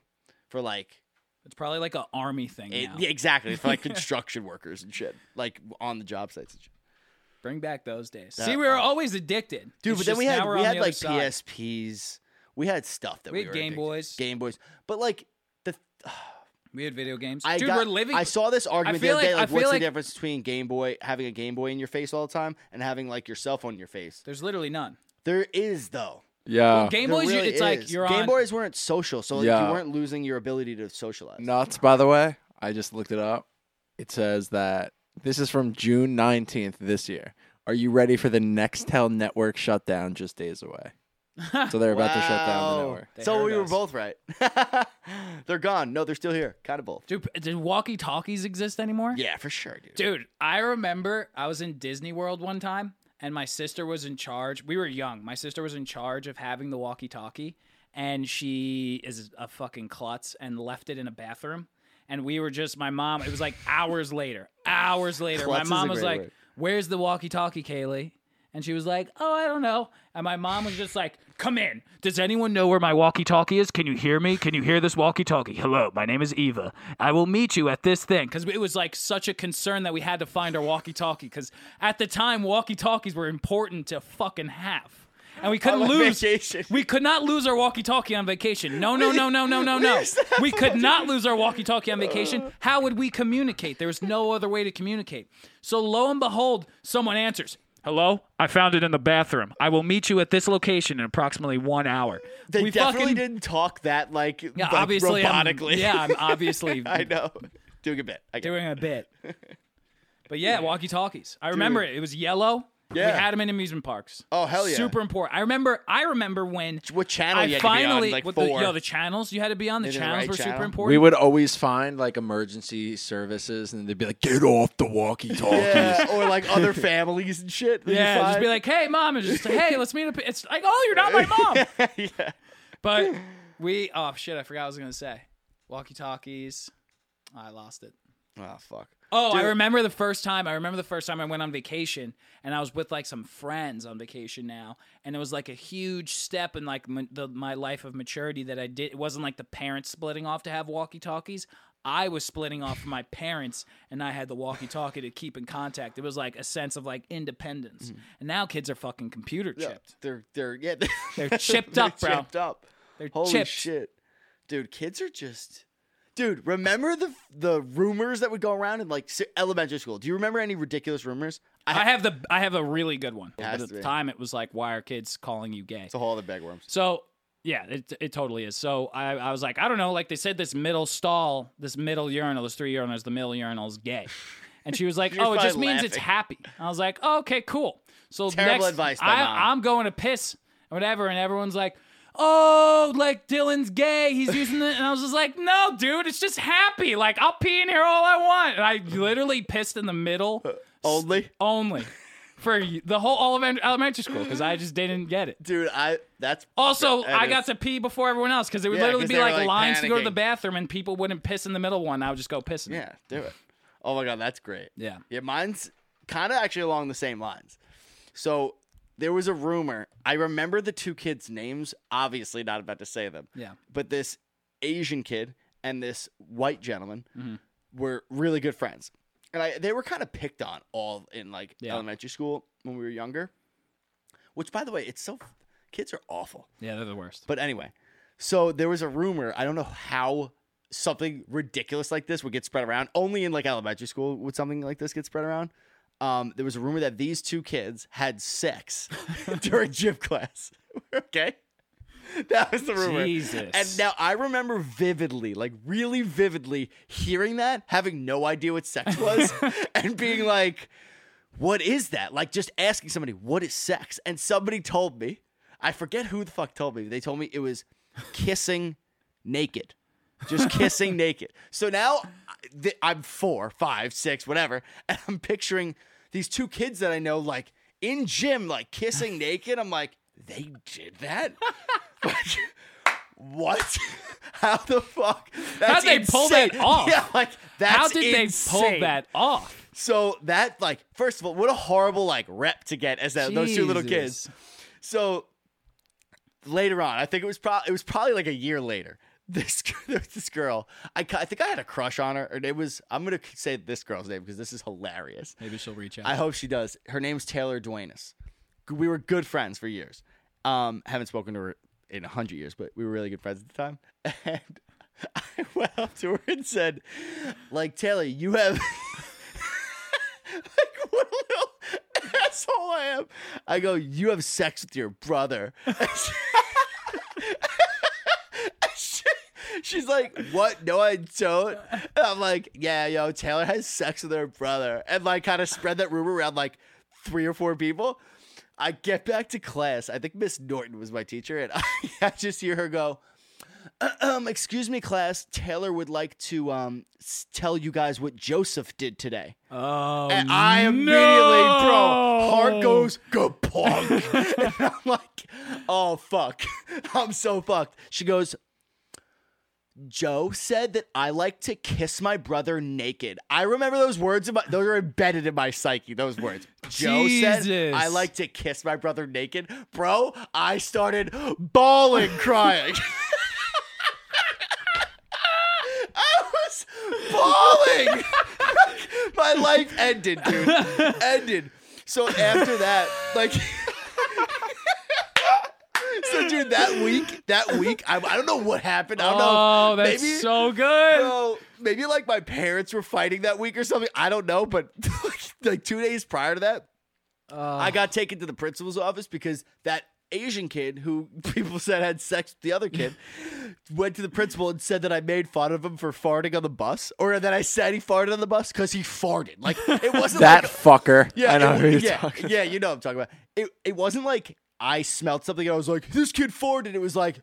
for like,
it's probably like an army thing
it-
now.
yeah, exactly, for *laughs* like construction workers and shit. Like on the job sites and shit.
Bring back those days.
That-
See, we were always addicted,
dude.
It's
but then
just
we had
now we're
we
on
had
the
like
other side.
PSPs. We had stuff that
We
we,
had
were
Game
addicted-
Boys.
Game Boys. But like the
We had video games.
I
dude,
got,
we're living.
I saw this argument the
feel
other day.
like- I
Like,
feel
what's
like-
the difference between Game Boy having a Game Boy in your face all the time and having like your cell phone in your face?
There's literally none.
There is though.
yeah,
Game
There
Boys, you-
really
it's like
is.
you're
Game
on.
Boys weren't social, so like,
Yeah.
you weren't losing your ability to socialize.
nuts. By the way, I just looked it up. It says that this is from June nineteenth this year. Are you ready for the Nextel network shutdown? Just days away. so they're about to shut down
*laughs*
the
Wow.
network.
So
heard
we were
us.
both right. *laughs* they're gone. No, they're still here. Kind of both.
Dude, did walkie talkies exist anymore?
Yeah, for sure, dude.
Dude, I remember I was in Disney World one time and my sister was in charge. We were young. My sister was in charge of having the walkie talkie and she is a fucking klutz and left it in a bathroom. And we were just, my mom, it was like hours later, hours later.
Klutz is
my
a
mom was
great
like,
word.
Where's the walkie talkie, Kaylee? And she was like, Oh, I don't know. And my mom was just like, Come in. Does anyone know where my walkie talkie is? Can you hear me? Can you hear this walkie talkie? Hello, my name is Eva. I will meet you at this thing. Because it was like such a concern that we had to find our walkie talkie. Because at the time, walkie talkies were important to fucking have. And we couldn't
On
lose.
vacation.
We could not lose our walkie-talkie on vacation. No, no, no, no, no, no, no. We could not lose our walkie-talkie on
Uh.
vacation. How would we communicate? There was no other way to communicate. So lo and behold, someone answers. Hello? I found it in the bathroom. I will meet you at this location in approximately one hour.
They
we
definitely
fucking,
didn't talk that like,
Yeah,
like,
obviously I'm-
robotically.
yeah, I'm obviously
*laughs* I know. Doing a bit. I get it.
doing a
*laughs*
bit. But yeah, walkie talkies. I remember it. It was yellow. We
Yeah.
had them in amusement parks.
Oh, hell yeah.
Super important. I remember. I remember when
What channel
I
you had to be on?
finally
Like
with
four.
The, yo, the channels you had to be on. The
Neither
channels
right
were super
channel.
important.
We would always find like emergency services, and they'd be like, "Get off the walkie-talkie."
Yeah, or like *laughs* other families and shit. that you
yeah, just
find.
be like, hey, mom, and just hey, let's meet up. It's like, oh, you're not my
*laughs*
mom. But we, oh shit, I forgot what I was gonna say. Walkie talkies. I lost it.
oh fuck.
Oh, I remember the first time. I remember the first time I went on vacation, and I was with like some friends on vacation now, and it was like a huge step in like m- the, my life of maturity that I did. It wasn't like the parents splitting off to have walkie talkies. I was splitting off from my parents, and I had the walkie talkie to keep in contact. It was like a sense of like independence.
Mm-hmm.
And now kids are fucking computer chipped.
They're they're yeah. *laughs* They're,
They're chipped up, bro.
Chipped up.
They're
Holy
chipped.
shit, dude! Kids are just. Dude, remember the the rumors that would go around in like se- elementary school? Do you remember any ridiculous rumors? *laughs*
I have the I have a really good one.
has
But at
to
the
be.
time, it was like, why are kids calling you gay?
It's a whole other bag of worms.
So yeah, it it totally is. So I, I was like, I don't know, like they said this middle stall, this middle urinal, this three urinals, the middle urinal is gay. And she was like,
*laughs* You're
Oh, it just
probably
means it's happy.
laughing.
I was like, oh, okay, cool. So
Terrible
next,
advice by mom.
I, I'm going to piss or whatever, and everyone's like, Oh, like Dylan's gay. He's using it. And I was just like, no, dude, it's just happy. Like, I'll pee in here all I want. And I literally pissed in the middle
Only,
only for the whole all of elementary school because I just didn't get it.
dude, I that's
Also,
that
I
is-
got to pee before everyone else because it would
Yeah,
literally
'cause
be
they were,
like,
like,
lines to go to the
panicking.
bathroom, and people wouldn't piss in the middle one. I would just go piss in. it.
yeah, do it. Oh my god, that's great.
yeah.
Yeah, mine's kind of actually along the same lines. So there was a rumor. I remember the two kids' names. Obviously, not about to say them.
Yeah.
But this Asian kid and this white gentleman
Mm-hmm.
were really good friends, and I, they were kind of picked on all in like
Yeah.
elementary school when we were younger. Which, by the way, it's so kids are awful.
Yeah, they're the worst.
But anyway, so there was a rumor. I don't know how something ridiculous like this would get spread around. Only in like elementary school would something like this get spread around. Um, there was a rumor that these two kids had sex *laughs* during gym class. *laughs* okay. That was the rumor.
Jesus.
And now I remember vividly, like really vividly, hearing that, having no idea what sex was, and being like, what is that? Like just asking somebody, what is sex? And somebody told me, I forget who the fuck told me. They told me it was kissing naked.
*laughs*
Just kissing naked. So now I- th- I'm four, five, six, whatever. And I'm picturing these two kids that I know, like in gym,
*laughs*
like kissing naked. I'm like, they did that? Like, what? *laughs* How the fuck? That's
they pull that
insane. *laughs*
off?
Yeah, like that's
How did they pull
insane.
that off?
So that like first of all, what a horrible like rep to get as that, those two little kids.
Jesus.
So later on, I think it was probably it was probably like a year later. *laughs* This g- there was this girl, I, ca- I think I had a crush on her, and it was I'm gonna say this girl's name because this is hilarious.
Maybe she'll reach out.
I hope she does. Her name's Taylor Duenas. G- We were good friends for years. Um, haven't spoken to her in a hundred years, but we were really good friends at the time. *laughs* And I went up to her and said, "Like Taylor, you have." *laughs* like what a little asshole I am. I go, you have sex with your brother. *laughs* And she- she- She's like, what? No, I don't. And I'm like, yeah, yo, Taylor has sex with her brother. And like kind of spread that rumor around like three or four people. I get back to class. I think Miss Norton was my teacher, and *laughs* I, I just hear her go, um, excuse me, class. Taylor would like to um s- tell you guys what Joseph did today.
oh,
And I immediately, bro, heart goes kapunk. *laughs* and I'm like, oh fuck, *laughs* I'm so fucked. She goes, Joe said that I like to kiss my brother naked. I remember those words. In my, those are embedded in my psyche. Those words. Joe said
Jesus.
I like to kiss my brother naked, bro. I started bawling, crying. *laughs* I was bawling.
*laughs*
*laughs* My life ended, dude. Ended. So after that, like. *laughs* so, dude, that week, that week, I, I don't know what happened. I don't know.
Oh, that's
maybe,
so good.
Bro, maybe like *laughs* my parents were fighting that week or something. I don't know, but like two days prior to that, I got taken to the principal's office because that Asian kid who *laughs* people said had sex with the other kid *laughs* went to the principal and said that I made fun of him for farting on the bus, or that I said he farted on the bus because he farted. Like it wasn't
that
like,
fucker.
yeah,
I know
it-
who you're
yeah,
talking.
yeah, you know what I'm talking about. It it wasn't like I smelled something and I was like, this kid farted. It was like.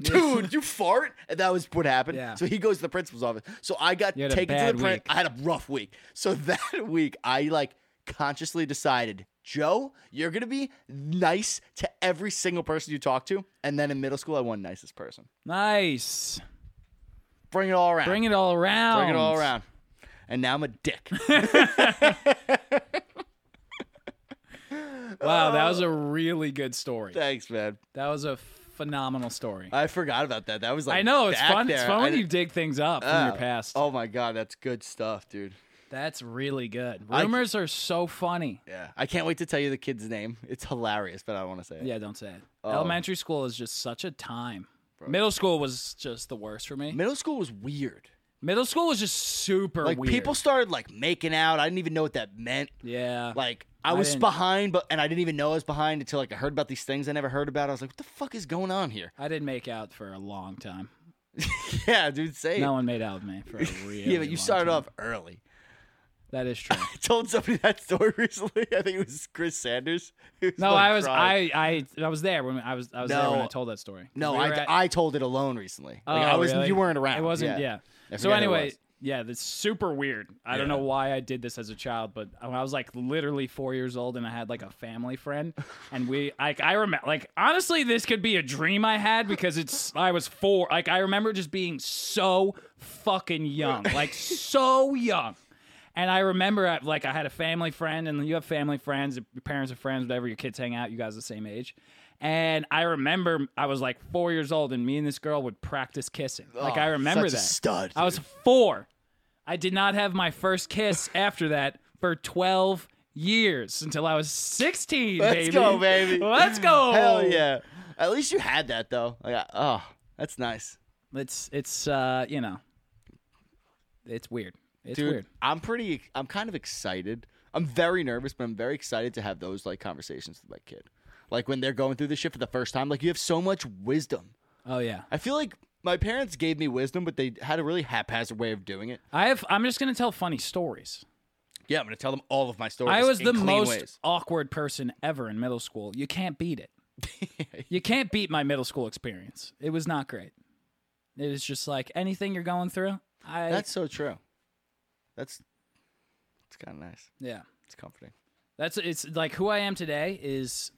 Dude, you fart, and that was what happened.
Yeah.
So he goes to the principal's office. So I got
You had a
taken to
bad
the print.
week.
I had a rough week. So *laughs* that week, I like consciously decided, Joe, you're gonna be nice to every single person you talk to. And then in middle school, I won nicest person.
Nice.
Bring it all around.
Bring it all around.
Bring it all around. And now I'm a dick.
Wow, that
Oh.
was a really good story.
Thanks, man.
That was a phenomenal story.
I forgot about that. That was like
I know it's
back
fun. It's
there.
fun
I
when
didn't-
you dig things up from your
Oh.
past.
Oh my god, that's good stuff, dude.
That's really good.
I-
Rumors are so funny.
Yeah, I can't wait to tell you the kid's name. It's hilarious, but I don't want to say it. Oh.
Yeah, don't say it. Elementary school is just such a time. Middle school was just the worst for me.
Middle school was weird.
Middle school was just super
Like
weird.
people started like making out. I didn't even know what that meant.
yeah.
Like I,
I
was
didn't-
behind, but and I didn't even know I was behind until like I heard about these things I never heard about. I was like, what the fuck is going
*laughs*
on here?
I didn't make out for a long time.
yeah, dude, say
No
*laughs* it.
one made out with me for a really
Yeah, but you
long
started
time.
off early.
That is
*laughs*
true.
I told somebody that story recently. I think it was Chris Sanders. *laughs* He
No,
like,
I was
crying.
I, I I was there when I was I was there when I
No.
told that story.
No,
We
I,
were at-
I told it alone recently.
Oh,
Like, I was
really?
you weren't around.
It wasn't. Yeah.
I
So
forget who it
anyway,
was.
yeah, that's super weird. I don't know why I did this as a child, but when I was like literally four years old, and I had like a family friend,
*laughs*
and we like I remember like honestly, this could be a dream I had because it's I was four. Like I remember just being so fucking young, like so young. And I remember, I, like, I had a family friend, and you have family friends, your parents are friends, whatever. Your kids hang out, you guys are the same age. And I remember I was like four years old, and me and this girl would practice kissing. Like I remember
Oh, such
that.
a stud.
I was four. I did not have my first
*laughs*
kiss after that for twelve years until I was sixteen.
Let's
baby.
go, baby.
Let's go.
Hell yeah! At least you had that though. Like, I- oh, that's nice,
It's it's uh you know, it's weird. It's
dude.
weird.
I'm pretty. I'm kind of excited. I'm very nervous, but I'm very excited to have those like conversations with my kid. Like when they're going through this shit for the first time. Like you have so much wisdom.
Oh yeah.
I feel like my parents gave me wisdom, but they had a really haphazard way of doing it.
I have. I'm just gonna tell funny stories.
Yeah, I'm gonna tell them all of my stories.
I was
in
the
clean
most
ways.
awkward person ever in middle school. You can't beat
*laughs*
it. you can't beat my middle school experience. It was not great. It is just like anything you're going through. I
That's so true. That's. It's kind of nice.
yeah.
It's comforting.
That's it's like who I am today is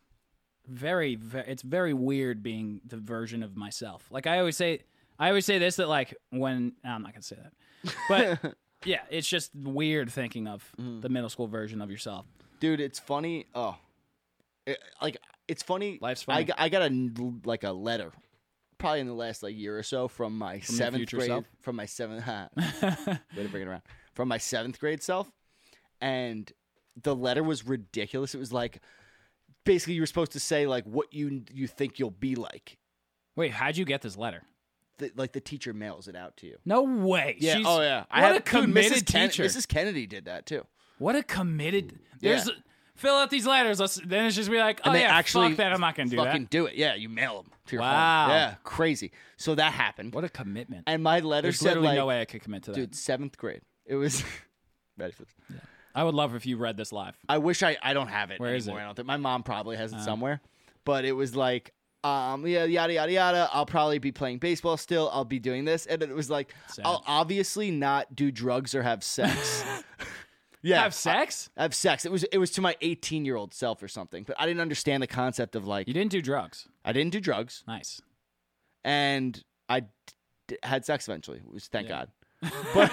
very, very it's very weird being the version of myself. Like I always say I always say this that like when no, I'm not going to say that.
*laughs*
But yeah, it's just weird thinking of
Mm.
the middle school version of yourself.
dude it's funny oh It- like it's funny
Life's
I
funny.
got, I got a n- like a letter probably in the last like year or so from my
your
seventh
future
grade
self?
from my seventh *laughs* way to bring it around from my seventh grade self and the letter was ridiculous it was like basically you were supposed to say like what you you think you'll be like
Wait, how'd you get this letter?
the, like the teacher mails it out to you
No way.
yeah
She's-
oh yeah
What a committed
Mrs. Ken-
teacher.
mrs kennedy did that too
What a committed.
Yeah.
There's fill out these letters. Let's, then it's just be like, oh
and they
yeah,
actually
fuck that. I'm not gonna do
fucking
that.
do it. Yeah, you mail them to your
Wow.
home. Yeah, crazy. So that happened.
What a commitment.
And my letter
There's
said
literally
like,
no way I could commit to that.
dude, seventh grade. It was *laughs* ready for this.
I would love if you read this live.
I wish I I don't have it
Where is it?
anymore.
Oh.
I don't think my mom probably has it somewhere. But it was like, um, yeah, yada yada yada. I'll probably be playing baseball still. I'll be doing this, and it was like, I'll obviously not do drugs or have
*laughs*
sex. yeah,
Have sex?
I have sex. It was it was to my 18 year old self or something. But I didn't understand the concept of like
you didn't do drugs.
I didn't do drugs.
Nice.
and I d- d- had sex eventually, which
*laughs*
thank God. but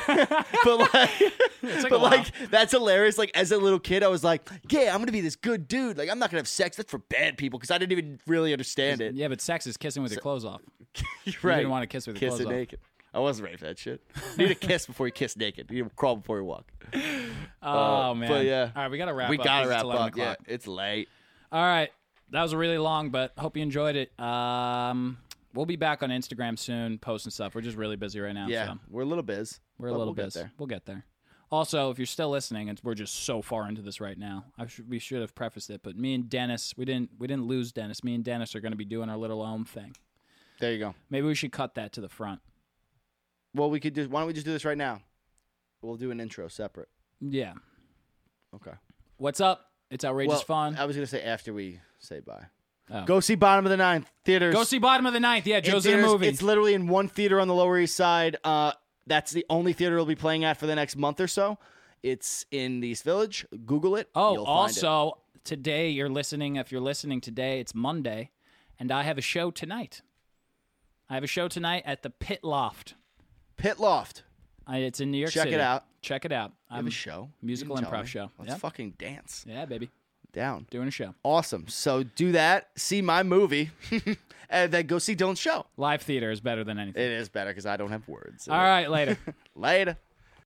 but like,
took a
but
while.
like that's hilarious. Like as a little kid, I was like, yeah, I'm gonna be this good dude. Like I'm not gonna have sex. That's for bad people because I didn't even really understand it.
Yeah, but sex is kissing with your clothes off.
You're
You
right.
didn't want to kiss with your
kiss it
clothes off.
naked. I wasn't ready for that shit. You need a kiss before you kiss naked. You need to crawl before you walk.
Oh man.
but yeah.
All right, we gotta wrap
we
up.
gotta
'cause it's
wrap
11
up. Yeah,
o'clock.
it's late.
All right. That was really long, but hope you enjoyed it. Um, we'll be back on Instagram soon, posting stuff. We're just really busy right now.
Yeah,
so
we're a little biz.
we're a
but
little
we'll get
busy.
there.
We'll get there. Also, if you're still listening, and we're just so far into this right now, I should, we should have prefaced it. But me and Dennis, we didn't we didn't lose Dennis. Me and Dennis are going to be doing our little own thing.
There you go.
Maybe we should cut that to the front.
Well, we could just. Why don't we just do this right now? We'll do an intro separate.
Yeah.
Okay.
What's up? It's outrageous
Well, uh,
fun.
I was gonna say after we say bye.
Oh.
Go see Bottom of the Ninth theaters.
Go see Bottom of the Ninth. Yeah,
in
Joe's in a
theaters.
movie.
It's literally in one theater on the Lower East Side. Uh, that's the only theater it'll be playing at for the next month or so. It's in the East Village. Google it.
Oh,
You'll find it.
also today you're listening. If you're listening today, it's Monday, and I have a show tonight. I have a show tonight at the Pit Loft.
Pit Loft.
I, it's in New York
Check it
City.
out.
Check it out.
I
I'm
have a show. You
Mm. musical
didn't tell
improv
me.
show.
Let's
Yeah.
fucking dance
yeah, baby,
down.
doing a show.
Awesome. So do that. See my movie, *laughs* and then go see Dylan's show.
Live theater is better than anything.
It is better because I don't have words.
All right, later.
Later.